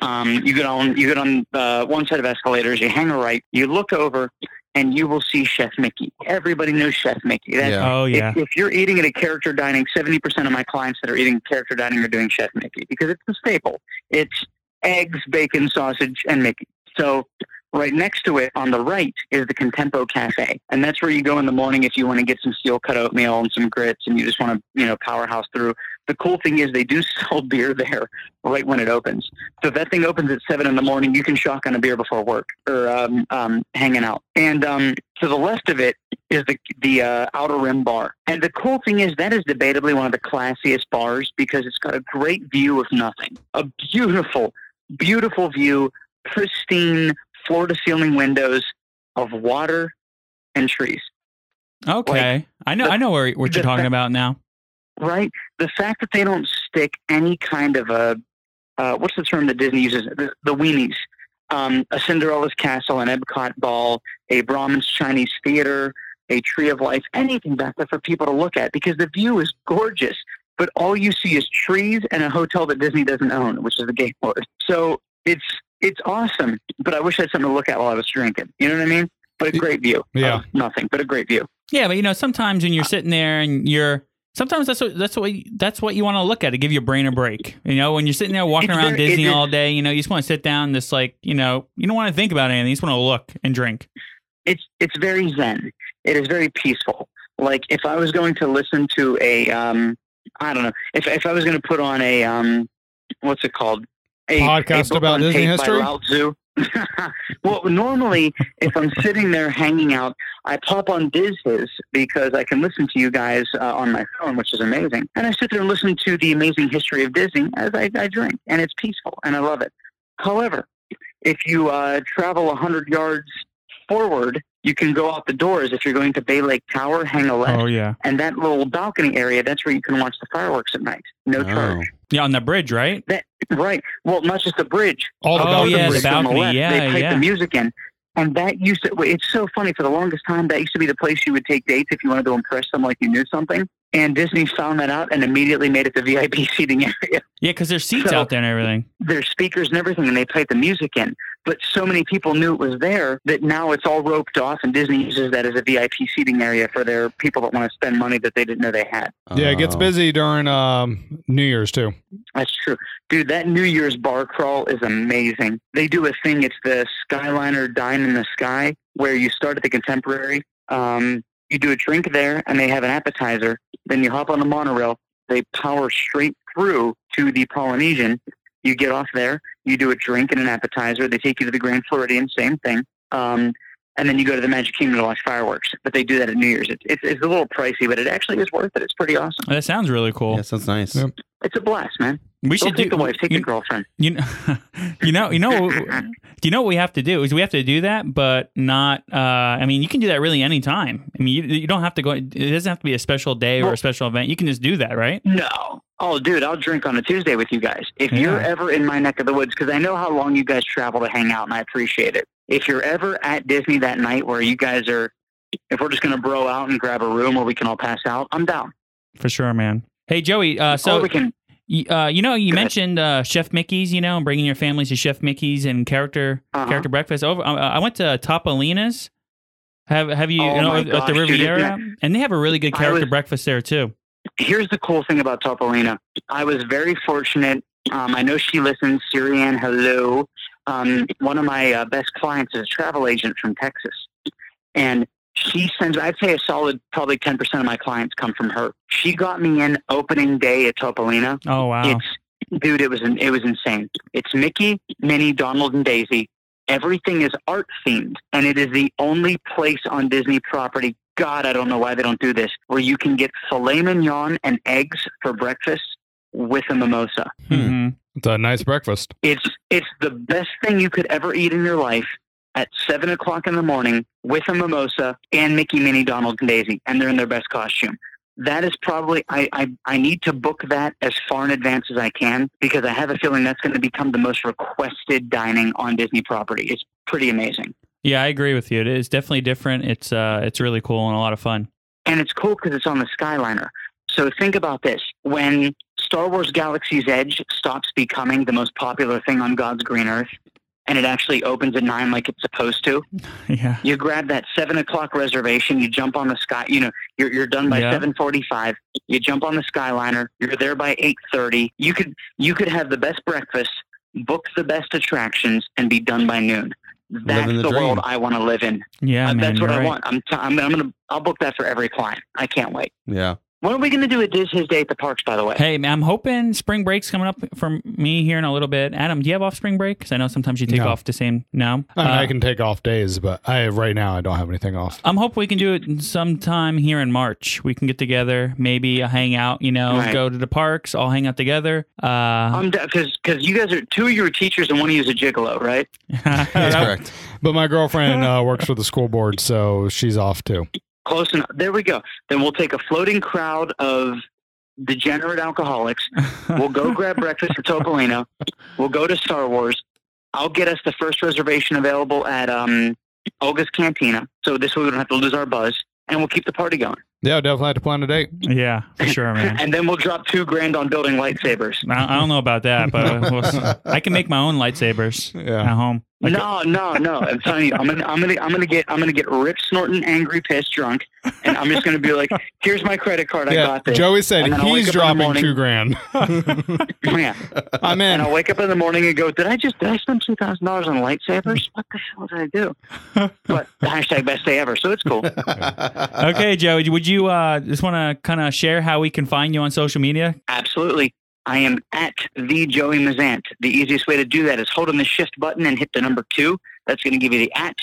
S6: Um, you get on you get on uh, one set of escalators. You hang a right. You look over, and you will see Chef Mickey. Everybody knows Chef Mickey. That's
S3: Yeah.
S2: Oh
S6: if-
S2: yeah.
S6: If, you're eating at a character dining, 70% of my clients that are eating character dining are doing Chef Mickey because it's a staple. It's eggs, bacon, sausage, and Mickey. So right next to it on the right is the Contempo Cafe. And that's where you go in the morning if you want to get some steel cut oatmeal and some grits and you just want to, you know, powerhouse through. The cool thing is they do <laughs> sell beer there right when it opens. So if that thing opens at seven in the morning, you can shotgun a beer before work or um, um, hanging out. And um, to the left of it is the the uh, Outer Rim Bar. And the cool thing is that is debatably one of the classiest bars because it's got a great view of nothing. A beautiful, beautiful view, pristine floor to ceiling windows of water and trees.
S2: Okay. I know.
S6: the-
S2: I know where, what you're
S6: the-
S2: talking about now.
S6: Right? The fact that they don't stick any kind of a uh, what's the term that Disney uses? The, the weenies. Um, a Cinderella's Castle, an Epcot Ball, a Brahmin's Chinese Theater, a Tree of Life, anything back there for people to look at because the view is gorgeous. But all you see is trees and a hotel that Disney doesn't own, which is the Gay Port. So it's it's awesome. But I wish I had something to look at while I was drinking. You know what I mean? But a great view.
S4: Yeah.
S6: of nothing, but a great view.
S2: Yeah, but you know, sometimes
S6: Uh,
S2: when you're sitting there and you're sometimes that's what that's what that's what you want to look at to give your brain a break. You know, when you're sitting there walking
S6: It's
S2: around
S6: very-
S2: Disney
S6: it is-
S2: all day, you know, you just want to sit down, and just like you know, you don't want to think about anything. You just want to look and drink.
S6: it's it's very zen. It is very peaceful. Like if I was going to listen to a um I don't know if if I was going to put on a um what's it called a
S4: Podcast
S6: book
S4: about
S6: on
S4: Disney
S6: tape by
S4: history?
S6: Lao Tzu. <laughs> well, normally if I'm sitting there hanging out, I pop on Diz's because I can listen to you guys uh, on my phone, which is amazing. And I sit there and listen to the amazing history of Disney as I, I drink, and it's peaceful and I love it. However, if you uh, travel 100 yards forward, you can go out the doors if you're going to Bay Lake Tower, hang a left,
S2: yeah,
S6: and that little balcony area, that's where you can watch the fireworks at night.
S3: Oh.
S6: No charge.
S2: yeah, on the bridge, right?
S6: Right. Well, not just the bridge.
S4: All the
S2: Oh,
S4: balcony
S2: yeah, the
S4: breaks.
S6: bridge on
S2: balcony,
S6: left,
S2: yeah,
S6: they played
S2: yeah.
S6: the music in. And that used to, it's so funny. For the longest time, that used to be the place you would take dates if you wanted to impress someone like you knew something. And Disney found that out and immediately made it the <laughs> VIP seating area
S2: Yeah, because there's seats
S6: So-
S2: out there and everything.
S6: their speakers and everything, and they played the music in. But so many people knew it was there that now it's all roped off, and Disney uses that as a VIP seating area for their people that want to spend money that they didn't know they had.
S4: Yeah, it gets
S3: Oh.
S4: busy during um, New Year's too.
S6: That's true. Dude, that New Year's bar crawl is amazing. They do a thing, it's the Skyliner Dine in the Sky, where you start at the Contemporary, um, you do a drink there, and they have an appetizer. Then you hop on the monorail, they power straight through to the Polynesian. You get off there, you do a drink and an appetizer. They take you to the Grand Floridian, same thing. Um, and then you go to the Magic Kingdom to watch fireworks. But they do that at New Year's. It's, it's, it's a little pricey, but it actually is worth it. It's pretty awesome.
S2: Oh, that sounds really cool.
S3: Yeah, sounds nice.
S4: Yeah.
S6: It's a blast, man.
S2: We
S6: Don't
S2: should
S6: take
S2: do
S6: the wife, take
S2: you,
S6: the girlfriend.
S2: you know, <laughs> you know, you know,
S6: <laughs>
S2: do you know what we have to do is we have to do that, but not. Uh, I mean, you can do that really any time. I mean, you, you don't have to go. It doesn't have to be a special day or
S6: Well-
S2: a special event. You can just do that, right?
S6: No. Oh, dude, I'll drink on a Tuesday with you guys. If you're
S2: Yeah.
S6: ever in my neck of the woods, because I know how long you guys travel to hang out, and I appreciate it. If you're ever at Disney that night where you guys are, if we're just going to bro out and grab a room where we can all pass out, I'm down.
S2: For sure, man. Hey, Joey. Uh, so
S6: or we can,
S2: Y- Uh, you know, you
S6: Go ahead.
S2: mentioned uh, Chef Mickey's. You know, and bringing your families to Chef Mickey's and character
S6: Uh-huh.
S2: character breakfast. Over, uh, I, I went to Topolino's. Have Have you,
S6: Oh
S2: you know
S6: my
S2: at
S6: gosh,
S2: the
S6: dude,
S2: Riviera, and they have a really good
S6: I
S2: character
S6: was-
S2: breakfast there too.
S6: here's the cool thing about Topolina. I was very fortunate. Um, I know she listens. Syrian, hello. Um, one of my uh, best clients is a travel agent from Texas, and she sends. I'd say a solid, probably ten percent of my clients come from her. She got me in opening day at Topolina.
S2: Oh wow,
S6: It's dude, it was an, it was insane. It's Mickey, Minnie, Donald, and Daisy. Everything is art themed, and it is the only place on Disney property. God, I don't know why they don't do this, where you can get filet mignon and eggs for breakfast with a mimosa.
S3: Hmm.
S2: hmm
S4: It's a nice breakfast.
S6: It's it's the best thing you could ever eat in your life at seven o'clock in the morning with a mimosa and Mickey, Minnie, Donald, and Daisy, and they're in their best costume. That is probably I, I, I need to book that as far in advance as I can because I have a feeling that's going to become the most requested dining on Disney property. It's pretty amazing.
S2: yeah, I agree with you. It is definitely different. It's uh, it's really cool and a lot of fun. <laughs>
S6: And it's cool because it's on the Skyliner. So think about this. When Star Wars Galaxy's Edge stops becoming the most popular thing on God's green earth and it actually opens at nine like it's supposed to,
S2: Yeah.
S6: you grab that seven o'clock reservation, you jump on the sky you know, you're you're done by
S2: Yeah.
S6: seven forty five, you jump on the skyliner, you're there by eight thirty. You could you could have the best breakfast, book the best attractions, and be done by noon. That's
S3: Living the
S6: the, world
S3: dream.
S6: I want to live in.
S2: Yeah,
S6: Uh,
S2: man.
S6: that's what
S2: you're
S6: I
S2: right.
S6: want. I'm, t- I'm, I'm gonna. I'll book that for every client. I can't wait.
S3: Yeah.
S6: When are we gonna do a Diz His Day at the parks? By the way,
S2: Hey, man, I'm hoping spring break's coming up for me here in a little bit. Adam, do you have off spring break? Because I know sometimes you take
S4: No.
S2: off the same. No,
S4: I, mean,
S2: Uh,
S4: I can take off days, but I right now I don't have anything off.
S2: I'm hoping we can do it sometime here in March. We can get together, maybe hang out. You know,
S6: Right. Um,
S2: go to the parks, all hang out together. <laughs> Uh,
S6: I'm because because you guys are two of you are teachers and one of you is a gigolo, right?
S3: That's <laughs>
S4: Yeah.
S3: correct.
S4: But my girlfriend uh, works for the school board, so she's off too.
S6: Close enough. There we go. Then we'll take a floating crowd of degenerate alcoholics.
S2: <laughs>
S6: We'll go grab breakfast at Topolino. We'll go to Star Wars. I'll get us the first reservation available at um, Olga's Cantina, so this way we don't have to lose our buzz, and we'll keep the party going.
S4: Yeah, I'll definitely have to plan a date.
S2: yeah, for sure,
S6: <laughs>
S2: man.
S6: And then we'll drop two grand on building lightsabers.
S2: I, I don't know about that, but we'll s- I can make my own lightsabers
S4: Yeah.
S2: at home. Like,
S6: no, no, no. I'm telling you, I'm gonna, I'm gonna, I'm gonna get, I'm gonna get ripped, snorting, angry, pissed, drunk, and I'm just gonna be like, "Here's my credit card. I
S4: yeah.
S6: got this."
S4: Joey said
S6: And then I'll wake
S4: he's
S6: up in
S4: dropping
S6: the morning.
S4: two grand.
S6: <laughs> Yeah.
S4: <laughs> I'm
S3: <laughs>
S6: And
S4: in.
S6: I'll wake up in the morning and go, "Did I just? Did I spend two thousand dollars on lightsabers? What the hell did I do?"
S3: <laughs>
S6: But hashtag best day ever. So it's cool.
S2: okay, Joey, would you uh, just want to kind of share how we can find you on social media?
S6: Absolutely. I am at the Joey Mazant. The easiest way to do that is hold on the shift button and hit the number two. That's going to give you the at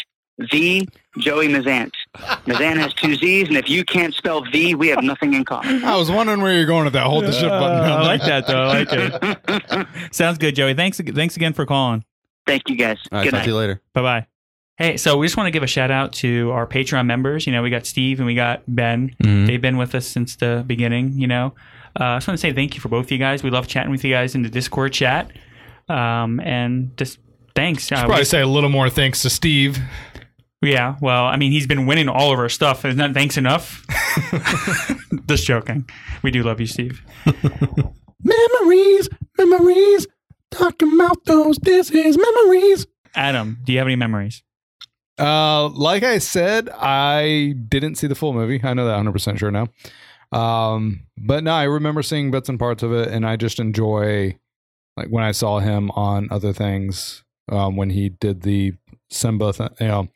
S6: the Joey Mazant. Mazant has two Z's, and if you can't spell the, we have nothing in common.
S4: I was wondering where you're going with that. Hold the shit button.
S2: Uh,
S4: down
S2: I
S4: there.
S2: like that though. I like it. <laughs> Sounds good, Joey. Thanks. Thanks again for calling.
S6: Thank you guys.
S3: All right.
S6: Good
S3: Talk
S6: night.
S3: to you later.
S2: Bye bye. Hey, so we just want to give a shout out to our Patreon members. You know, we got Steve and we got Ben.
S4: Mm-hmm.
S2: They've been with us since the beginning. You know, uh, I just want to say thank you for both of you guys. We love chatting with you guys in the Discord chat, um, and just thanks. Uh,
S4: Probably say a little more thanks to Steve.
S2: yeah, well, I mean, he's been winning all of our stuff. Isn't that thanks enough? just joking. We do love you, Steve.
S3: Memories, memories, talking about those. This is memories.
S2: Adam, do you have any memories?
S4: Uh, like I said, I didn't see the full movie. I know that 100% sure now. Um, but no, I remember seeing bits and parts of it, and I just enjoy like when I saw him on other things um, when he did the Simba thing, you know,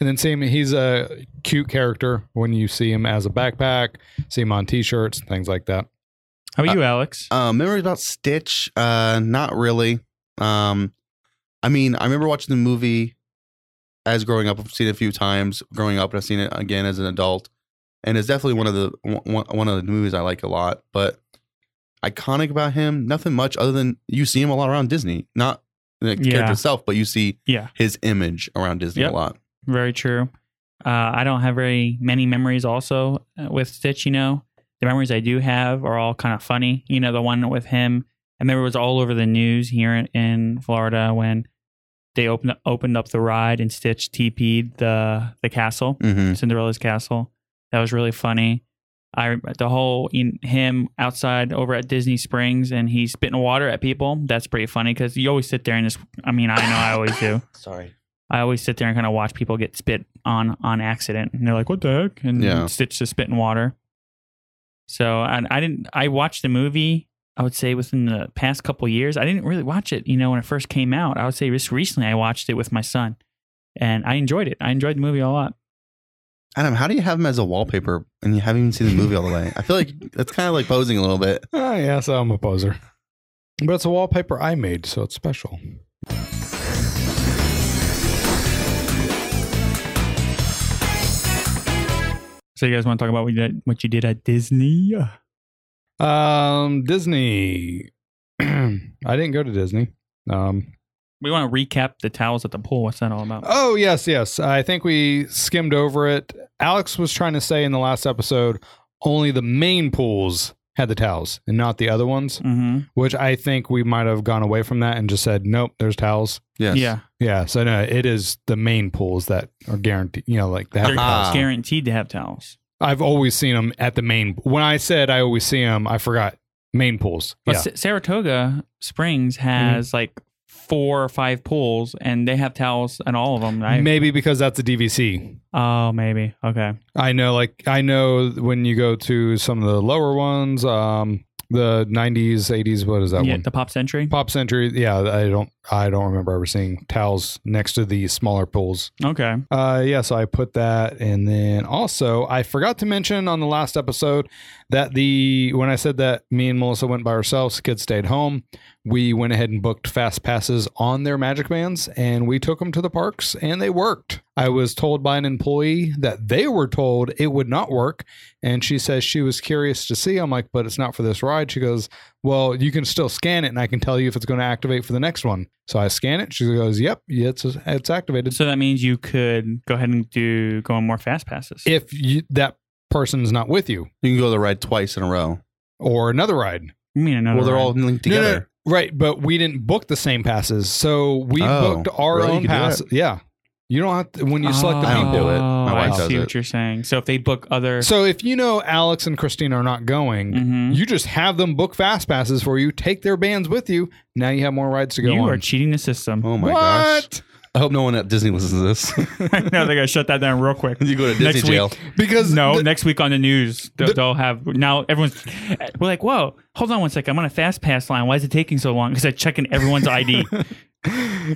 S4: and then seeing he's a cute character when you see him as a backpack, see him on t-shirts and things like that.
S2: How about you, Alex?
S3: Uh, memories about Stitch? Uh, not really. Um, I mean, I remember watching the movie as growing up. I've seen it a few times growing up, and I've seen it again as an adult. And it's definitely one of the one, one of the movies I like a lot. But iconic about him, nothing much other than you see him a lot around Disney. Not the
S2: Yeah.
S3: character itself, but you see
S2: Yeah.
S3: his image around Disney
S2: Yep.
S3: a lot.
S2: Very true. Uh, I don't have very many memories also uh, with Stitch, you know. The memories I do have are all kind of funny. You know, the one with him, I remember it was all over the news here in, in Florida when they opened opened up the ride and Stitch TP'd the the castle,
S3: Mm-hmm.
S2: Cinderella's castle. That was really funny. I the whole in, him outside over at Disney Springs and he's spitting water at people. That's pretty funny because you always sit there and just. I mean, I know I always do.
S3: <laughs> Sorry.
S2: I always sit there and kind of watch people get spit on on accident, and they're like, "What the heck?" and
S3: Yeah.
S2: Stitch to spit in water. So, and I didn't. I watched the movie. I would say within the past couple years, I didn't really watch it. You know, when it first came out, I would say just recently I watched it with my son, and I enjoyed it. I enjoyed the movie a lot.
S3: Adam, how do you have him as a wallpaper and you haven't even seen the movie all the way? I
S2: <laughs>
S3: feel like that's kind of like posing a little bit.
S4: Ah, yes, I'm a poser. But it's a wallpaper I made, so it's special.
S2: So, you guys want to talk about what you did, what you did at Disney?
S4: Um, Disney. <clears throat> I didn't go to Disney. Um,
S2: We want to recap the towels at the pool. What's that all about?
S4: oh yes, yes. I think we skimmed over it. Alex was trying to say in the last episode only the main pools had the towels and not the other ones,
S2: mm-hmm.
S4: which I think we might have gone away from that and just said nope, there's towels.
S3: Yes.
S2: Yeah,
S4: Yeah, so no, it is the main pools that are guaranteed. You know, like that.
S2: they're
S4: have towels.
S3: Ah.
S2: guaranteed to have towels.
S4: I've always seen them at the main. When I said I always see them, I forgot main pools.
S2: But
S4: yeah.
S2: Sa- Saratoga Springs has like four or five pools, and they have towels in all of them, right?
S4: Maybe because that's a DVC.
S2: oh, maybe. Okay.
S4: I know, like I know when you go to some of the lower ones, um, the '90s, '80s. What is that
S2: yeah,
S4: one?
S2: the Pop Century.
S4: Pop Century. Yeah, I don't, I don't remember ever seeing towels next to the smaller pools.
S2: Okay.
S4: Uh, yeah, so I put that, and then also I forgot to mention on the last episode that the when I said that me and Melissa went by ourselves, kids stayed home. We went ahead and booked fast passes on their Magic Bands, and we took them to the parks, and they worked. I was told by an employee that they were told it would not work, and she says she was curious to see. I'm like, but it's not for this ride. She goes, well, you can still scan it, and I can tell you if it's going to activate for the next one. So I scan it. She goes, yep, it's it's activated.
S2: So that means you could go ahead and do go on more fast passes.
S4: if you, that person's not with you
S3: You can go to the ride twice in a row.
S4: or another ride.
S2: you mean another?
S3: well, they're all
S2: ride.
S3: linked
S4: No, no,
S3: together.
S4: Right, but we didn't book the same passes, so we
S3: Oh,
S4: booked our
S3: really? You can
S4: own
S3: do
S4: pass. Yeah, you don't have to, when you select the
S3: I don't
S4: people.
S3: do it. My wife
S2: Oh, I
S3: does
S2: see
S3: it.
S2: what you're saying. So if they book other,
S4: So if you know Alex and Christina are not going,
S2: Mhm.
S4: you just have them book fast passes for you. Take their bands with you. Now you have more rides to go
S2: you
S4: on. <laughs>
S2: are cheating the system.
S3: Oh my gosh.
S4: what?
S3: I hope no one at Disney listens to this.
S2: <laughs> no, they're gonna shut that down real quick.
S3: you go to Disney
S2: Next week.
S3: jail.
S4: Because
S2: No,
S4: the-
S2: next week on the news, they'll,
S4: The-
S2: they'll have now everyone's. We're like, whoa, hold on one second. I'm on a fast pass line. Why is it taking so long? Because I'm checking everyone's
S4: <laughs>
S2: ID.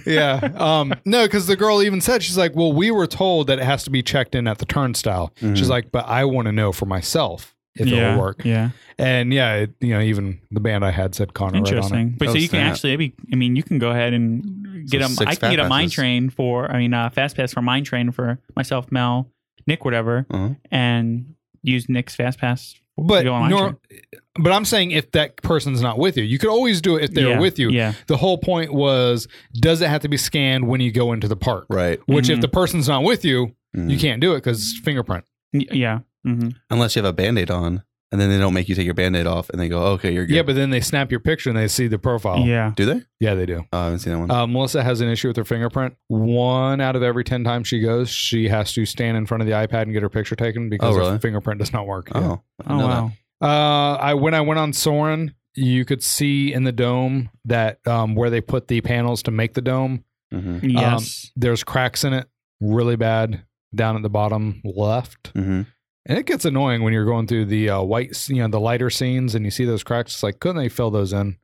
S4: yeah, um, no, because the girl even said she's like, well, we were told that it has to be checked in at the turnstile.
S3: Mm-hmm.
S4: She's like, but I want to know for myself if
S2: yeah,
S4: it will work.
S2: Yeah,
S4: And yeah, it, you know, even the band I had said Connor right on it.
S2: interesting. But so
S3: Oh,
S2: you can
S3: snap.
S2: actually, it'd be, I mean, you can go ahead and get
S3: So
S2: them.
S3: six
S2: I can get a
S3: fast
S2: mine
S3: passes.
S2: train for. I mean, uh, fast pass for mine train for myself, Mel, Nick, whatever,
S3: Uh-huh.
S2: and use Nick's fast pass.
S4: But
S2: to go on mine
S4: nor,
S2: train.
S4: but I'm saying if that person's not with you, you could always do it if they're
S2: Yeah,
S4: with you.
S2: yeah.
S4: The whole point was, does it have to be scanned when you go into the park?
S3: Right.
S4: Which, if
S2: Mhm.
S4: the person's not with you, you
S3: Mm.
S4: can't do it because fingerprint.
S2: Y- yeah. hmm
S3: Unless you have a band aid on and then they don't make you take your band aid off and they go, "Oh, okay, you're good.
S4: Yeah, but then they snap your picture and they see the profile.
S2: Yeah.
S3: do they?
S4: yeah they do.
S3: Oh, I haven't seen that one.
S4: Uh, Melissa has an issue with her fingerprint. One out of every 10 times she goes, she has to stand in front of the iPad and get her picture taken because
S3: Oh, really?
S4: her fingerprint does not work.
S3: oh, I
S2: Oh
S3: didn't know
S2: wow.
S4: Uh, I when I went on Soren, you could see in the dome that um, where they put the panels to make the dome.
S3: that. hmm
S2: Yes.
S4: There's cracks in it, really bad down at the bottom left,
S3: hmm
S4: and it gets annoying when you're going through the uh, white, s- you know, the lighter scenes, and you see those cracks. It's like, couldn't they fill those in?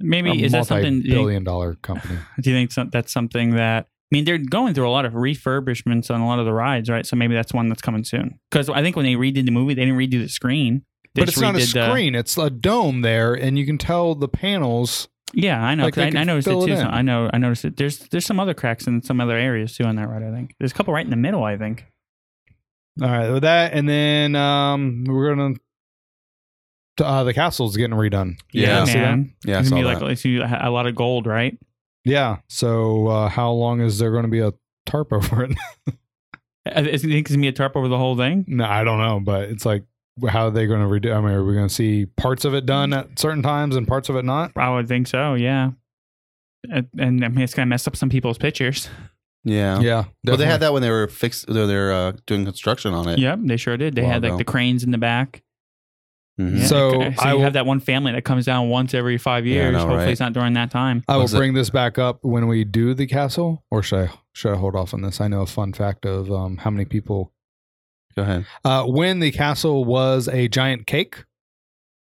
S2: Maybe
S4: Um, A
S2: is that something? do you-
S4: multi-billion dollar company?
S2: Do you think some, that's something that? I mean, they're going through a lot of refurbishments on a lot of the rides, right? So maybe that's one that's coming soon. Because I think when they redid the movie, they didn't redo the screen. <laughs> They
S4: but
S2: just
S4: it's not a
S2: redid the-
S4: screen; it's a dome there, and you can tell the panels.
S2: yeah, I know.
S4: Like,
S2: 'cause
S4: they
S2: I, I
S4: could
S2: noticed it
S4: fill it
S2: too.
S4: in.
S2: So I know. I noticed it. There's there's some other cracks in some other areas too on that ride. I think there's a couple right in the middle. I think.
S4: All right, with that, and then um, we're gonna. Uh, the castle's getting redone.
S3: Yeah, I
S4: see that.
S2: man.
S3: Yeah, I
S2: it's
S3: saw
S2: gonna be
S3: that.
S2: like it's gonna be a lot of gold, right?
S4: Yeah. So uh, how long is there going to be a tarp <laughs> over it?
S2: I I think it's gonna be a tarp over the whole thing.
S4: no, I don't know, but it's like how are they going to redo? I mean, are we going to see parts of it done
S3: Mm.
S4: at certain times and parts of it not?
S2: I would think so. Yeah. And, and I mean, it's gonna mess up some people's pictures.
S3: Yeah.
S4: Yeah.
S3: Well, they had that when they were fixed. They're, they're uh, doing construction on it.
S2: Yep, they sure did. They
S3: Wow,
S2: had like
S3: no.
S2: the cranes in the back.
S3: Mhm.
S2: Yeah,
S4: So,
S2: so
S4: I
S2: you
S4: will-
S2: have that one family that comes down once every five
S3: Yeah, I
S2: years.
S3: know,
S2: Hopefully,
S3: right?
S2: it's not during that time.
S4: I will
S3: Was it-
S4: bring this back up when we do the castle, or should I should I hold off on this? I know a fun fact of um, how many people
S3: Go ahead.
S4: uh, when the castle was a giant cake.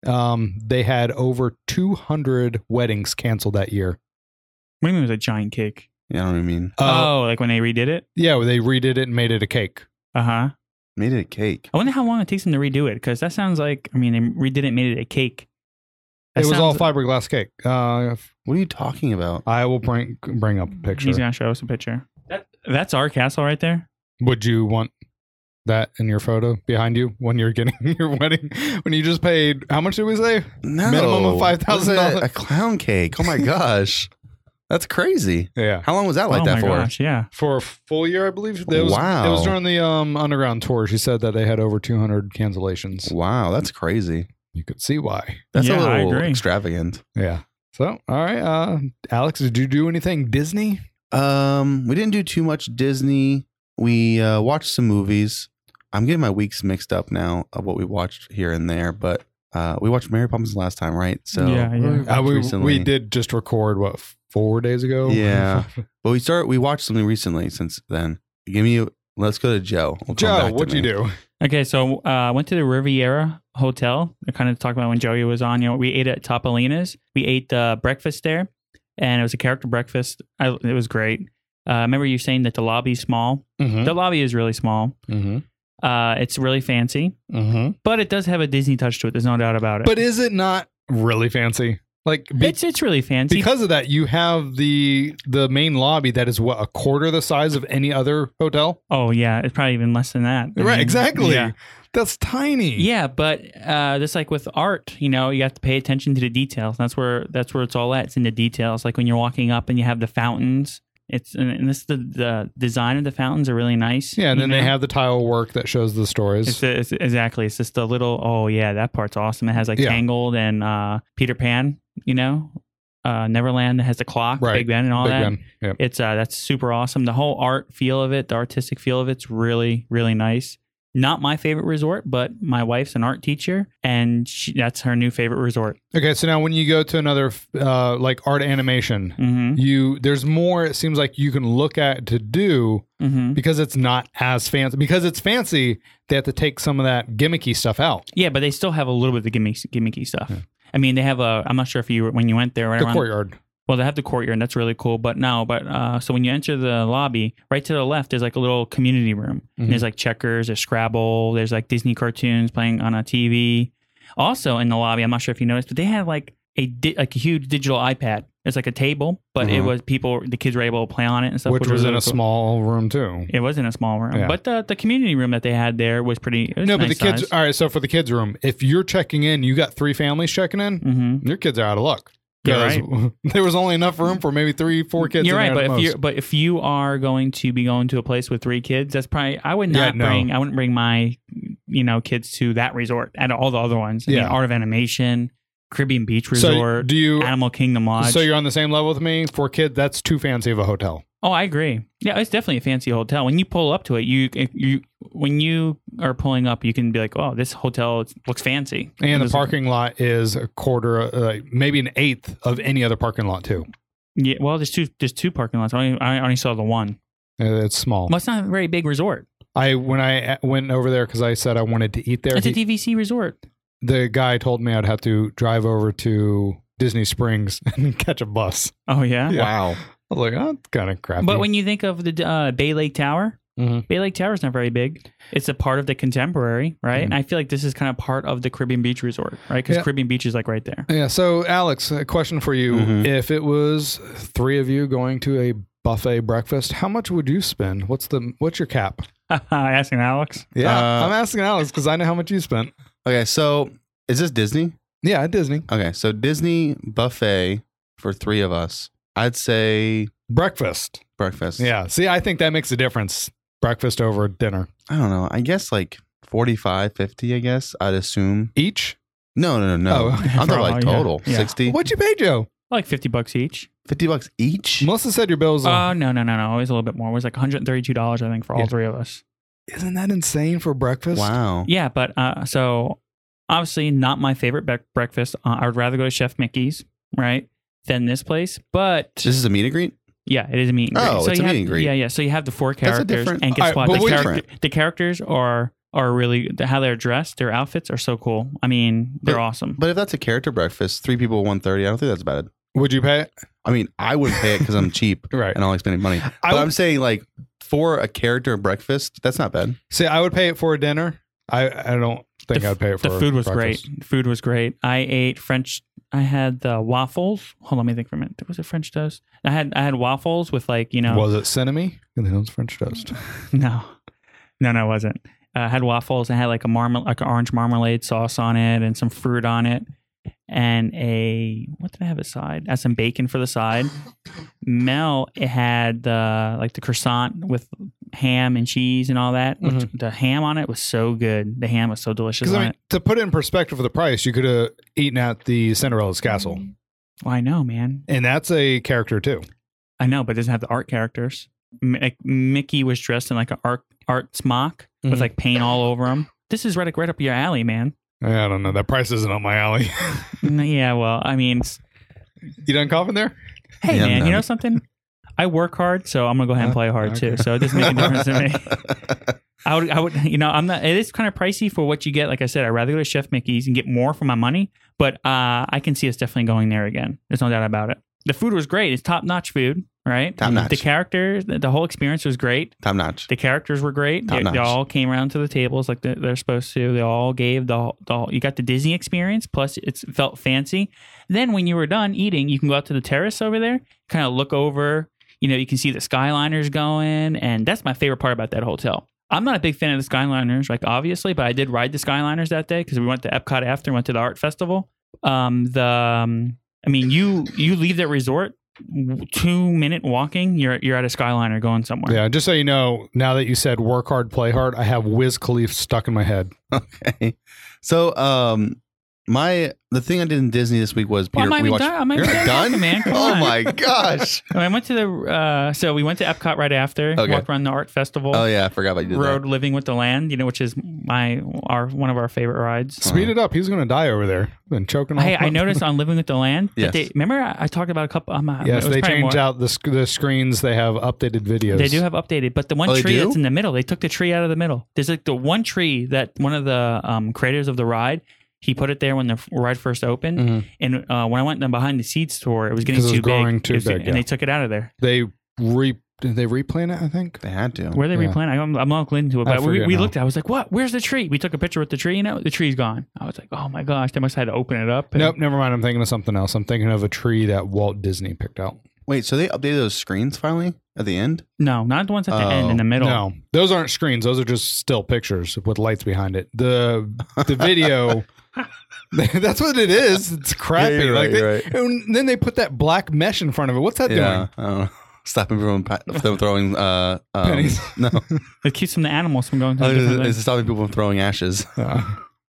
S4: Um, they had over 200 weddings canceled that year.
S2: What do you mean it was a giant cake?
S3: Yeah, I don't know what you mean.
S4: Uh,
S2: oh, like when they redid it?
S4: yeah, they redid it and made it a cake.
S2: Uh huh.
S3: Made it a cake.
S2: I wonder how long it takes them to redo it because that sounds like, I mean, they redid it, made it a cake. That
S4: it was all
S2: sounds-
S4: fiberglass cake. Uh,
S3: What are you talking about?
S2: Uh,
S4: I will bring bring up a picture.
S2: He's going to show us a picture. That, that's our castle right there.
S4: Would you want that in your photo behind you when you're getting <laughs> your wedding? When you just paid how much did we say?
S3: No.
S4: Minimum of
S3: What is
S4: $5,000.
S3: that? A clown cake.
S2: <laughs>
S3: Oh my gosh. That's crazy.
S4: Yeah.
S3: How long was that like
S2: oh
S3: that
S2: my
S3: for?
S2: gosh. Yeah.
S4: For a full year, I believe. It was,
S3: Wow.
S4: It was during the um, underground tour. She said that they had over 200 cancellations.
S3: Wow, that's crazy.
S4: You could see why.
S3: That's
S2: Yeah,
S3: a
S2: I
S3: little
S2: agree.
S3: extravagant.
S4: Yeah. So, all right. Uh, Alex, did you do anything Disney?
S3: Um, we didn't do too much Disney. We uh, watched some movies. I'm getting my weeks mixed up now of what we watched here and there, but uh, we watched Mary Poppins last time, right? So
S2: Yeah, yeah.
S3: watched
S4: Uh, we,
S3: recently.
S4: we did just record what four days
S2: <laughs>
S4: ago.
S3: Yeah. But we start. We watched something recently since then. Give me. Let's go to Joe. We'll come back
S4: <laughs> Joe,
S3: to
S4: what'd you
S3: me.
S4: do?
S2: Okay, so uh, I went to the Riviera Hotel. I kind of talked about when Joey was on. You know, we ate at Topolino's. We ate uh, breakfast there, and it was a character breakfast. I, it was great. Uh, I remember you saying that the lobby's small.
S4: Mm-hmm.
S2: The lobby is really small.
S4: Mm-hmm.
S2: Uh, it's really fancy,
S4: Mm-hmm.
S2: but it does have a Disney touch to it. There's no doubt about it.
S4: But is it not really fancy? Like be-
S2: it's it's really fancy.
S4: because of that, you have the the main lobby that is what a quarter the size of any other hotel. Mm-hmm.
S2: oh yeah, it's probably even less than that. I
S4: Right,
S2: mean,
S4: exactly.
S2: Yeah.
S4: That's tiny.
S2: Yeah, but uh, just like with art, you know, you have to pay attention to the details. That's where that's where it's all at. It's in the details. Like when you're walking up and you have the fountains. It's and- and this the the design of the fountains are really nice.
S4: Yeah, and
S2: you
S4: then they
S2: know?
S4: have the tile work that shows the stories.
S2: It's, it's- exactly. It's just a little. Oh yeah, that part's awesome. It has like
S4: Yeah.
S2: Tangled and uh, Peter Pan. You know, uh, Neverland that has the clock,
S4: Right.
S2: Big Ben, and all
S4: Big
S2: that.
S4: Ben. Yep.
S2: It's uh, that's super awesome. The whole art feel of it, the artistic feel of it's really, really nice. Not my favorite resort, but my wife's an art teacher, and she, that's her new favorite resort.
S4: Okay, so now when you go to another f- uh, like art animation,
S2: Mm-hmm.
S4: you there's more. It seems like you can look at to do
S2: Mm-hmm.
S4: because it's not as fancy. Because it's fancy, they have to take some of that gimmicky stuff out.
S2: Yeah, but they still have a little bit of the gimmicky, gimmicky stuff. I mean, they have a. I'm not sure if you were- when you went there. Right
S4: The
S2: around-
S4: courtyard.
S2: Well, they have the courtyard, and that's really cool. But no, but uh, so when you enter the lobby, right to the left, there's like a little community room.
S4: Mhm.
S2: And there's like checkers, there's Scrabble, there's like Disney cartoons playing on a TV. Also in the lobby, I'm not sure if you noticed, but they had like a di- like a huge digital iPad. It's like a table, but it
S3: Mhm.
S2: was people, the kids were able to play on it and stuff,
S4: Uh-huh. which was in
S2: really
S4: a
S2: cool.
S4: small room too.
S2: It was in a small room,
S4: Yeah.
S2: but the the community room that they had there was pretty. It was
S4: No, but the
S2: nice
S4: kids.
S2: size.
S4: All right, so for the kids' room, if you're checking in, you got three families checking in.
S2: Mhm.
S4: Your kids are out of luck.
S2: Yeah,
S4: 'Cause <laughs> There was only enough room for maybe three, four kids.
S2: You're right,
S4: in there
S2: but
S4: at
S2: if
S4: most.
S2: you but if you are going to be going to a place with three kids, that's probably I would
S4: Yeah,
S2: not
S4: no.
S2: bring I wouldn't bring my you know kids to that resort and all the other ones. I mean,
S4: Yeah.
S2: Art of Animation, Caribbean Beach
S4: so
S2: Resort,
S4: do you?
S2: Animal Kingdom Lodge.
S4: So you're on the same level with me for kid. That's too fancy of a hotel.
S2: oh, I agree. Yeah, it's definitely a fancy hotel. When you pull up to it, you if you when you are pulling up, you can be like, oh, this hotel looks fancy.
S4: And the
S2: There's-
S4: parking lot is a quarter, uh, maybe an eighth of any other parking lot too.
S2: Yeah, well, there's two there's two parking lots. I only, I only saw the one.
S4: Uh, It's small.
S2: Well, it's not a very big resort.
S4: I when I uh, went over there because I said I wanted to eat there.
S2: It's a
S4: he-
S2: DVC resort.
S4: the guy told me I'd have to drive over to Disney Springs <laughs> and catch a bus.
S2: Oh yeah.
S3: Wow.
S4: I was like, oh, that's kind of crappy.
S2: But when you think of the uh, Bay Lake Tower,
S3: Mm-hmm.
S4: Mhm.
S2: Bay Lake Tower is not very big. It's a part of the contemporary, right?
S3: Mm-hmm.
S2: And I feel like this is kind of part of the Caribbean Beach Resort, right? Because
S4: Yeah.
S2: Caribbean Beach is like right there. <laughs>
S4: yeah, so Alex, a question for you:
S3: Mhm.
S4: If it was three of you going to a buffet breakfast, how much would you spend? What's the what's your cap?
S2: Asking Alex.
S4: Yeah,
S3: Uh,
S4: I'm asking Alex because I know how much you spent.
S3: Okay, so is this Disney?
S4: Yeah, at Disney
S3: Okay, so Disney buffet for three of us. I'd say
S4: breakfast.
S3: breakfast.
S4: Yeah, see, I think that makes a difference. Breakfast over dinner
S3: I don't know. I guess like 45, 50, I guess. I'd assume.
S4: each.
S3: No, no, no, no.
S4: Oh,
S3: <laughs>
S4: <laughs>
S3: I'm talking like
S2: probably, yeah.
S3: total.
S2: Yeah.
S3: 60,
S4: What'd you pay, Joe?
S2: Like 50 bucks each.
S3: 50 bucks each?
S4: Melissa said your bill was.
S2: Oh, no, no, no, no. It was a little bit more. It was like $132, I think, for all
S4: Yeah.
S2: three of us.
S4: Isn't that insane for breakfast?
S3: Wow.
S2: Yeah, but uh, so obviously not my favorite bec- breakfast. Uh, I would rather go to Chef Mickey's, right? Than this place, but
S3: This is a meet and greet?
S2: yeah, it is a meet and greet.
S3: Oh,
S2: so
S3: it's
S2: you
S3: a
S2: have,
S3: meet and greet.
S2: Yeah, yeah. So you have the four
S3: That's a
S2: characters,
S3: different-
S2: and guess
S4: All right,
S2: what?
S4: but
S2: The,
S4: wait-
S2: character, the characters are are really the- how they're dressed. Their outfits are so cool. I mean, they're awesome.
S3: But if that's a character breakfast, three people, 130, I don't think that's bad.
S4: Would you pay it?
S3: I mean, I would pay it because I'm cheap <laughs>
S4: Right.
S3: and I don't like spending money. But
S4: I would,
S3: I'm saying like for a character breakfast, that's not bad. <laughs>
S4: see, I would pay it for a dinner. I, I don't think
S2: The f-
S4: I'd pay it for.
S2: the food was
S4: breakfast.
S2: great. Food was great. I ate French. I had the waffles. Hold on, let me think for a minute. Was it French toast? I had I had waffles with like you know
S4: Was it cinnamon? And then it was French toast.
S2: <laughs> No, no, no, it wasn't. Uh, I had waffles. I had like a marmal, like an orange marmalade sauce on it, and some fruit on it, and a what did I have aside? I had some bacon for the
S4: <laughs>
S2: side. Mel it had the like the croissant with ham and cheese and all that. which- The ham on it was so good. The ham was so delicious.
S4: Because
S2: On
S4: Mm-hmm. I mean,
S2: it.
S4: to put it in perspective of the price, you could have eaten at the Cinderella's castle,
S2: Mm-hmm. Well, I know, man.
S4: and that's a character too.
S2: I know, but it doesn't have the art characters. M- like, Mickey was dressed in like an art art smock. with
S4: Mhm.
S2: like paint all over them. This is right, right up your alley, man.
S4: I don't know. That price isn't on my alley. <laughs>
S2: Mm, yeah, well, I mean, s-
S4: you done coughing there?
S2: hey,
S3: Yeah,
S2: man,
S3: no.
S2: you know something? I work hard, so I'm gonna go ahead and play hard too.
S4: okay.
S2: So it doesn't make a difference to me. I would, I would, you know, I'm not. It is kind of pricey for what you get. Like I said, I'd rather go to Chef Mickey's and get more for my money. But uh, I can see us definitely going there again. There's no doubt about it. The food was great. It's top notch food, right?
S3: Top-notch.
S2: The characters, the the whole experience was great.
S3: Top notch.
S2: The characters were great. They,
S3: Top-notch.
S2: they all came around to the tables like they- they're supposed to. They all gave the, the you got the Disney experience. Plus, it's felt fancy. Then when you were done eating, you can go out to the terrace over there, kind of look over. You know, you can see the skyliners going, and that's my favorite part about that hotel. I'm not a big fan of the skyliners, like obviously, but I did ride the skyliners that day because we went to Epcot after, went to the art festival. Um, the um, I mean, you you leave that resort. Two minute walking, you're you're at a skyliner going somewhere.
S4: Yeah. Just so you know, now that you said work hard, play hard, I have Wiz Khalif stuck in my head.
S3: Okay. So, um, my the thing I did in Disney this week was
S2: Well,
S3: Peter.
S2: I'm not
S3: we
S2: even
S3: watched.
S2: done. I'm not
S3: You're
S2: even
S3: not
S2: done,
S3: done,
S2: man. Come
S3: oh
S2: on.
S3: my
S2: <laughs>
S3: gosh!
S2: I went to the uh, so we went to Epcot right after.
S3: Okay.
S2: Walked around the art festival.
S3: Oh yeah, I forgot about you did
S2: Road Living with the Land, you know, which is my our one of our favorite rides.
S4: Speed it up. He's going to die over there. Been choking all
S2: Hey, I
S4: month.
S2: noticed on Living with the Land that
S3: Yes.
S2: they remember I, I talked about a couple. Um, uh,
S4: Yes,
S2: it was
S4: they
S2: probably
S4: changed
S2: more-
S4: out the, sc- the screens. They have updated videos.
S2: They do have updated, but the one
S3: Oh, they
S2: tree
S3: do?
S2: that's in the middle, they took the tree out of the middle. There's like the one tree that one of the um, creators of the ride, he put it there when the f- ride first opened.
S3: that. Mhm.
S2: And uh, when I went in the behind the seats tour, it was getting
S4: 'Cause it was
S2: too
S4: growing
S2: big,
S4: too
S2: It was-
S4: big,
S2: and
S4: yeah.
S2: they took it out of there.
S4: They re did they replan it? I think.
S3: They had to.
S2: Where they
S4: Yeah.
S2: replant? I'm, I'm not into it,
S4: I
S2: but we,
S4: forget
S2: we
S4: now.
S2: looked. at it. I was like, "What? Where's the tree?" We took a picture with the tree. You know, the tree's gone. I was like, "Oh my gosh!" They must have had to open it up. and-
S4: Nope, never mind. I'm thinking of something else. I'm thinking of a tree that Walt Disney picked out.
S3: Wait, so they updated those screens finally at the end?
S2: no, not the ones at the
S3: Oh,
S2: end in the middle.
S4: No, those aren't screens. Those are just still pictures with lights behind it. The the video. <laughs> that's what it is. It's crappy.
S3: Yeah, you're
S4: like
S3: right, you're
S4: they- And then they put that black mesh in front of it. What's that doing?
S3: I don't know. <laughs> Stopping people from, pa- from throwing uh, um,
S4: Pennies.
S3: <laughs> No,
S2: it keeps from the animals from
S4: Oh,
S2: going to the different
S3: it's
S2: things.
S3: stopping people from throwing ashes. <laughs>
S4: Uh,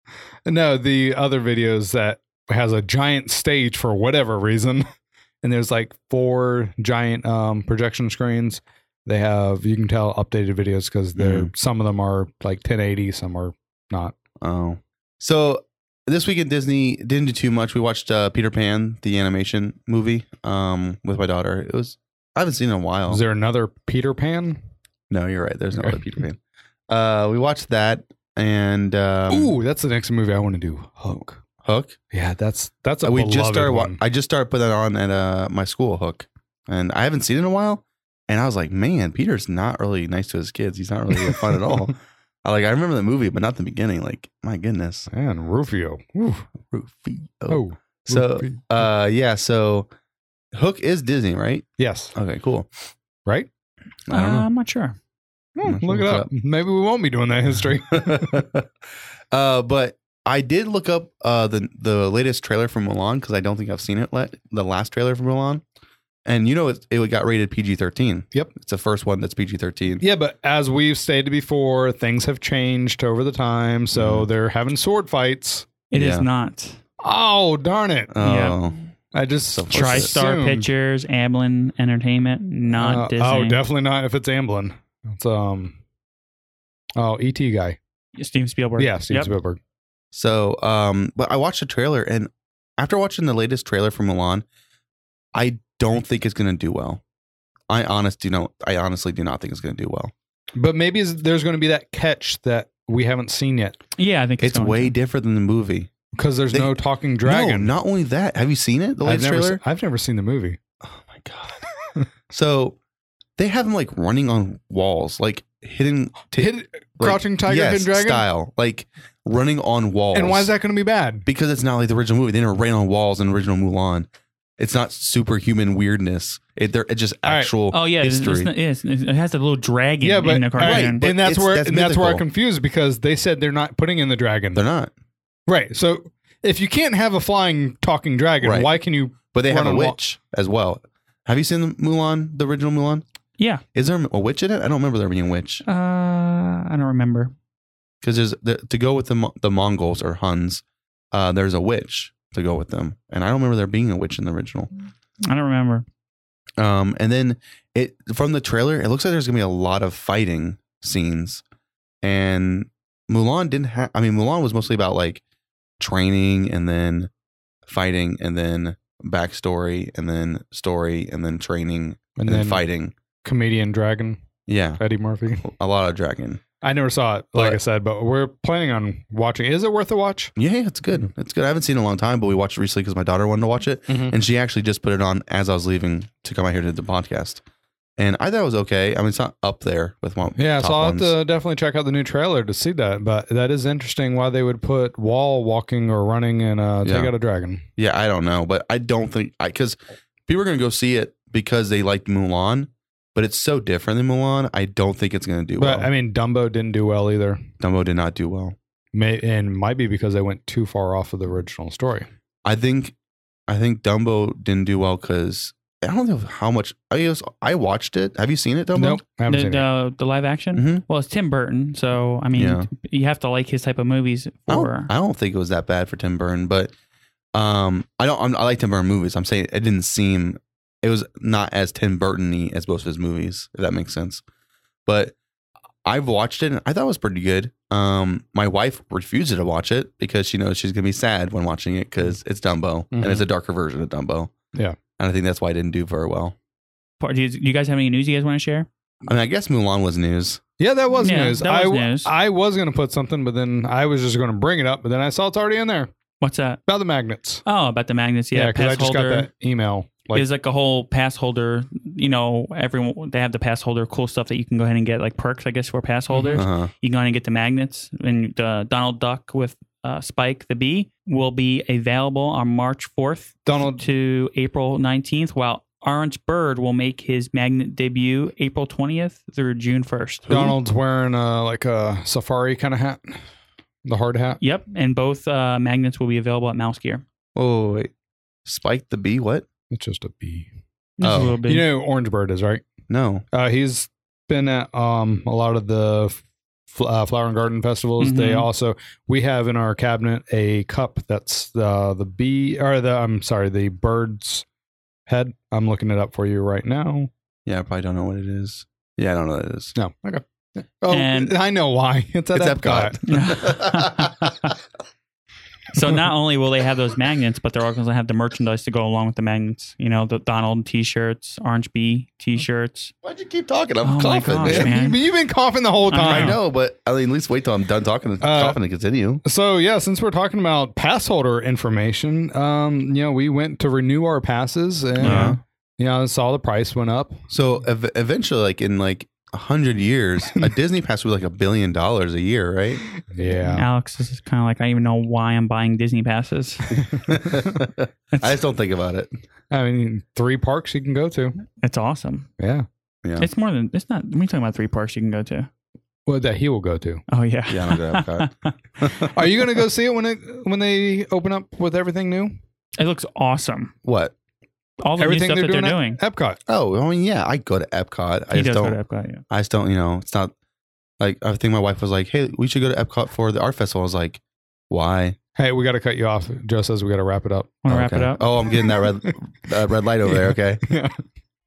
S4: <laughs> no, the other videos that has a giant stage for whatever reason, <laughs> and there's like four giant um, projection screens. They have you can tell updated videos because they're
S3: Mm-hmm.
S4: some of them are like 1080, some are not.
S3: Oh, so this week at Disney didn't do too much. We watched uh, Peter Pan the animation movie um, with my daughter. It was I haven't seen it in a while.
S4: Is there another Peter Pan?
S3: no, you're right. There's no
S4: Okay.
S3: other Peter Pan. Uh, we watched that and um,
S4: Ooh, that's the next movie I want to do. Hook.
S3: Hook.
S4: Yeah, that's that's a
S3: Uh, we just started. wa-
S4: one.
S3: I just started putting that on at uh, my school. Hook, and I haven't seen it in a while. And I was like, man, Peter's not really nice to his kids. He's not really fun at all. I like I remember the movie, but not the beginning. Like my goodness,
S4: and Rufio. Ooh.
S3: Rufio.
S4: Oh,
S3: so
S4: Rufio.
S3: uh, yeah, so Hook is Disney, right?
S4: yes,
S3: Okay, cool.
S4: right.
S3: I don't
S2: Uh,
S3: know.
S2: I'm not sure.
S4: Hmm,
S3: Let's
S4: look it
S3: look
S4: up.
S3: up.
S4: Maybe we won't be doing
S3: <laughs>
S4: that history.
S3: uh, but I did look up uh, the the latest trailer from Milan because I don't think I've seen it. Let the last trailer from Milan, and you know it, it got rated PG thirteen.
S4: Yep.
S3: it's the first one that's PG thirteen.
S4: Yeah, but as we've stated before, things have changed over the time, so they're having sword fights.
S2: It is
S3: Yeah.
S2: not.
S4: Oh darn it!
S3: Oh,
S2: Yeah.
S4: I just
S3: So what's
S4: assumed-
S2: TriStar Pictures, Amblin Entertainment, not
S4: Uh,
S2: Disney.
S4: Oh, definitely not. If it's Amblin, it's um. Oh, ET guy.
S2: Steven Spielberg.
S4: Yeah, Steven
S2: Yep.
S4: Spielberg.
S3: So, um, but I watched the trailer, and after watching the latest trailer from Milan, I don't think it's going to do well. I honest do not. I honestly do not think it's going to do well.
S4: But maybe is- there's going to be that catch that we haven't seen yet
S2: Yeah, I think it's,
S3: It's
S2: going
S3: way
S2: to.
S3: different than the movie.
S4: because there's
S3: They-
S4: no talking dragon.
S3: No, not only that. Have you seen it? The
S4: I've
S3: latest
S4: never,
S3: trailer.
S4: se- I've never seen the movie.
S3: Oh my god. so they have him like running on walls, like hidden t-
S4: Hidden-
S3: like-
S4: Crouching Tiger,
S3: yes,
S4: Hidden Dragon.
S3: style, like running on walls.
S4: And why is that going to be bad?
S3: Because it's not like the original movie. They never ran on walls in the original Mulan. It's not superhuman weirdness. It, they're it's just
S4: All right.
S3: actual
S2: Oh yeah, it's,
S3: history.
S2: it's not- yes, it has a little dragon
S4: Yeah, but
S2: in the
S4: all right,
S2: cartoon.
S3: But
S4: and that's
S3: it's-
S4: where
S3: that's
S4: and that's where I'm
S3: mythical.
S4: confused because they said they're not putting in the dragon.
S3: they're not.
S4: Right. So if you can't have a flying talking dragon,
S3: Right.
S4: why can you?
S3: But they have
S4: Run
S3: a
S4: on wall-
S3: witch as well. Have you seen the Mulan, the original Mulan?
S2: Yeah,
S3: Is there a witch in it? I don't remember there being a witch.
S2: uh, I don't remember.
S3: because there's the, to go with the Mo- the Mongols or Huns. Uh, there's a witch to go with them, and I don't remember there being a witch in the original.
S2: I don't remember.
S3: Um, and then it from the trailer, it looks like there's gonna be a lot of fighting scenes, And Mulan didn't have. I mean, Mulan was mostly about like training and then fighting and then backstory and then story and then training
S4: And
S3: and then
S4: then
S3: fighting.
S4: comedian Dragon
S3: Yeah,
S4: Eddie Murphy.
S3: a lot of dragon.
S4: I never saw it, like
S3: But-
S4: I said, but we're planning on watching. it. Is it worth a watch?
S3: Yeah, yeah, it's good.
S4: Mm-hmm.
S3: It's good. I haven't seen it in a long time, but we watched it recently because my daughter wanted to watch it,
S4: Mhm.
S3: and she actually just put it on as I was leaving to come out here to the podcast. And I thought it was okay. I mean, it's not up there with my
S4: Yeah,
S3: top
S4: so I'll have
S3: ones.
S4: to definitely check out the new trailer to see that. But that is interesting why they would put wall walking or running and uh, take
S3: Yeah.
S4: out a dragon.
S3: Yeah, I don't know, but I don't think I because people are going to go see it because they liked Mulan, but it's so different than Mulan. I don't think it's going to do
S4: But
S3: well.
S4: I mean, Dumbo didn't do well either.
S3: Dumbo did not do well.
S4: May, and might be because they went too far off of the original story.
S3: I think, I think Dumbo didn't do well because I don't know how much I guess I watched it. Have you seen it, Dumbo?
S4: Nope, I haven't
S2: The,
S4: seen it. Mm-hmm.
S2: the, the live action?
S3: Mhm.
S2: Well, it's Tim Burton, so I mean,
S3: Yeah.
S2: you have to like his type of movies.
S3: I
S4: Oh,
S2: For
S3: don't, I don't think it was that bad for Tim Burton, but um, I don't. I'm, I like Tim Burton movies. I'm saying it didn't seem it was not as Tim Burton-y as most of his movies, if that makes sense. But I've watched it and I thought it was pretty good. Um, my wife refused to watch it because she knows she's gonna be sad when watching it because it's Dumbo and it's a darker version of Dumbo.
S4: Yeah.
S3: and I think that's why it didn't do very well.
S2: do, you, do you guys have any news you guys want to share?
S3: I mean, I guess Mulan was news.
S4: Yeah, that was
S2: Yeah,
S4: news.
S2: that
S4: I
S2: was
S4: w-
S2: news.
S4: I was going to put something, but then I was just going to bring it up, but then I saw it's already in there
S2: What's that?
S4: about the magnets.
S2: Oh, about the magnets. Yeah,
S4: because I just got that email. Like,
S2: There's like a whole pass holder. You know, everyone they have the pass holder cool stuff that you can go ahead and get like perks, I guess, for
S4: Mm-hmm.
S2: pass holders.
S3: Uh-huh.
S2: You can go ahead and get the magnets and the Donald Duck with uh, Spike the Bee will be available on March 4th
S4: Donald
S2: to April 19th, while Orange Bird will make his magnet debut April 20th through June 1st.
S4: Donald's wearing uh, like a safari kind of hat, the hard hat.
S2: Yep, and both uh, magnets will be available at Mouse Gear.
S3: Oh wait, Spike the Bee? What?
S4: It's just a bee.
S2: Just a
S3: Oh.
S2: little bit.
S4: You know, who Orange Bird is right.
S3: No.
S4: Uh, he's been at um, a lot of the fl- uh, flower and garden festivals. They
S2: Mhm.
S4: also we have in our cabinet a cup that's uh, the bee or the I'm sorry the bird's head. I'm looking it up for you right now.
S3: Yeah, I probably don't know what it is. Yeah, I don't know what it is.
S4: No, okay. Oh,
S2: And-
S4: <laughs> I know why. It's at
S3: It's
S4: Epcot.
S3: Epcot.
S2: <laughs> so not only will they have those magnets, but they're also going to have the merchandise to go along with the magnets. You know, the Donald T-shirts, Orange Bee T-shirts.
S3: Why'd you keep talking? I'm
S2: Oh my
S3: coughing.
S2: gosh,
S4: <laughs>
S3: man.
S2: man.
S4: You've been coughing the whole
S2: I
S4: time.
S3: I know, but I mean, at least wait till I'm done talking and
S4: Uh,
S3: coughing to continue.
S4: So yeah, since we're talking about pass holder information, um, you know, we went to renew our passes and
S3: Uh-huh.
S4: you know, saw the price went up.
S3: So ev- eventually, like in like a hundred years, <laughs> a Disney pass would be like a billion dollars a year, <laughs> right?
S4: Yeah.
S2: Alex is kind of like, I don't even know why I'm buying Disney
S3: <laughs>
S2: passes.
S3: I just don't think about it.
S4: I mean, three parks you can go to.
S2: It's awesome.
S4: Yeah.
S3: Yeah.
S2: It's more than it's not. We're talking about three parks you can go to.
S4: Well, that he will go to.
S2: Oh yeah.
S3: Yeah, I'm gonna <laughs> go
S4: Are you going to go see it when it when they open up with everything new?
S2: it looks awesome.
S3: What?
S2: All the
S4: everything
S2: new stuff that they're
S4: at
S2: doing.
S4: Epcot.
S3: Oh, I mean, yeah, I go to Epcot. I
S2: He
S3: just
S2: does go
S3: don't.
S2: to Epcot. Yeah.
S3: I just don't. You know, it's not like I think my wife was like, "Hey, we should go to Epcot for the art festival." I was like, "Why?"
S4: Hey, we got to cut you off. Joe says we got to wrap it up.
S2: Want to
S3: Oh,
S2: wrap
S3: okay.
S2: it up?
S3: Oh, I'm getting that <laughs> red uh, red light over there. Okay.
S4: Yeah.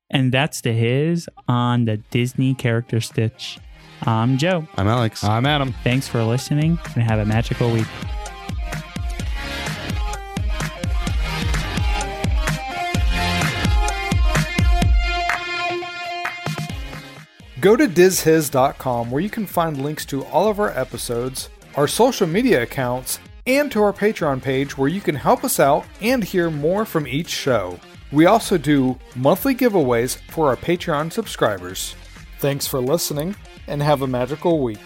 S2: And that's the his on the Disney character Stitch. I'm Joe.
S3: I'm Alex.
S4: I'm Adam.
S2: Thanks for listening and have a magical week.
S7: Go to DizHiz.com where you can find links to all of our episodes, our social media accounts, and to our Patreon page where you can help us out and hear more from each show. We also do monthly giveaways for our Patreon subscribers. Thanks for listening and have a magical week.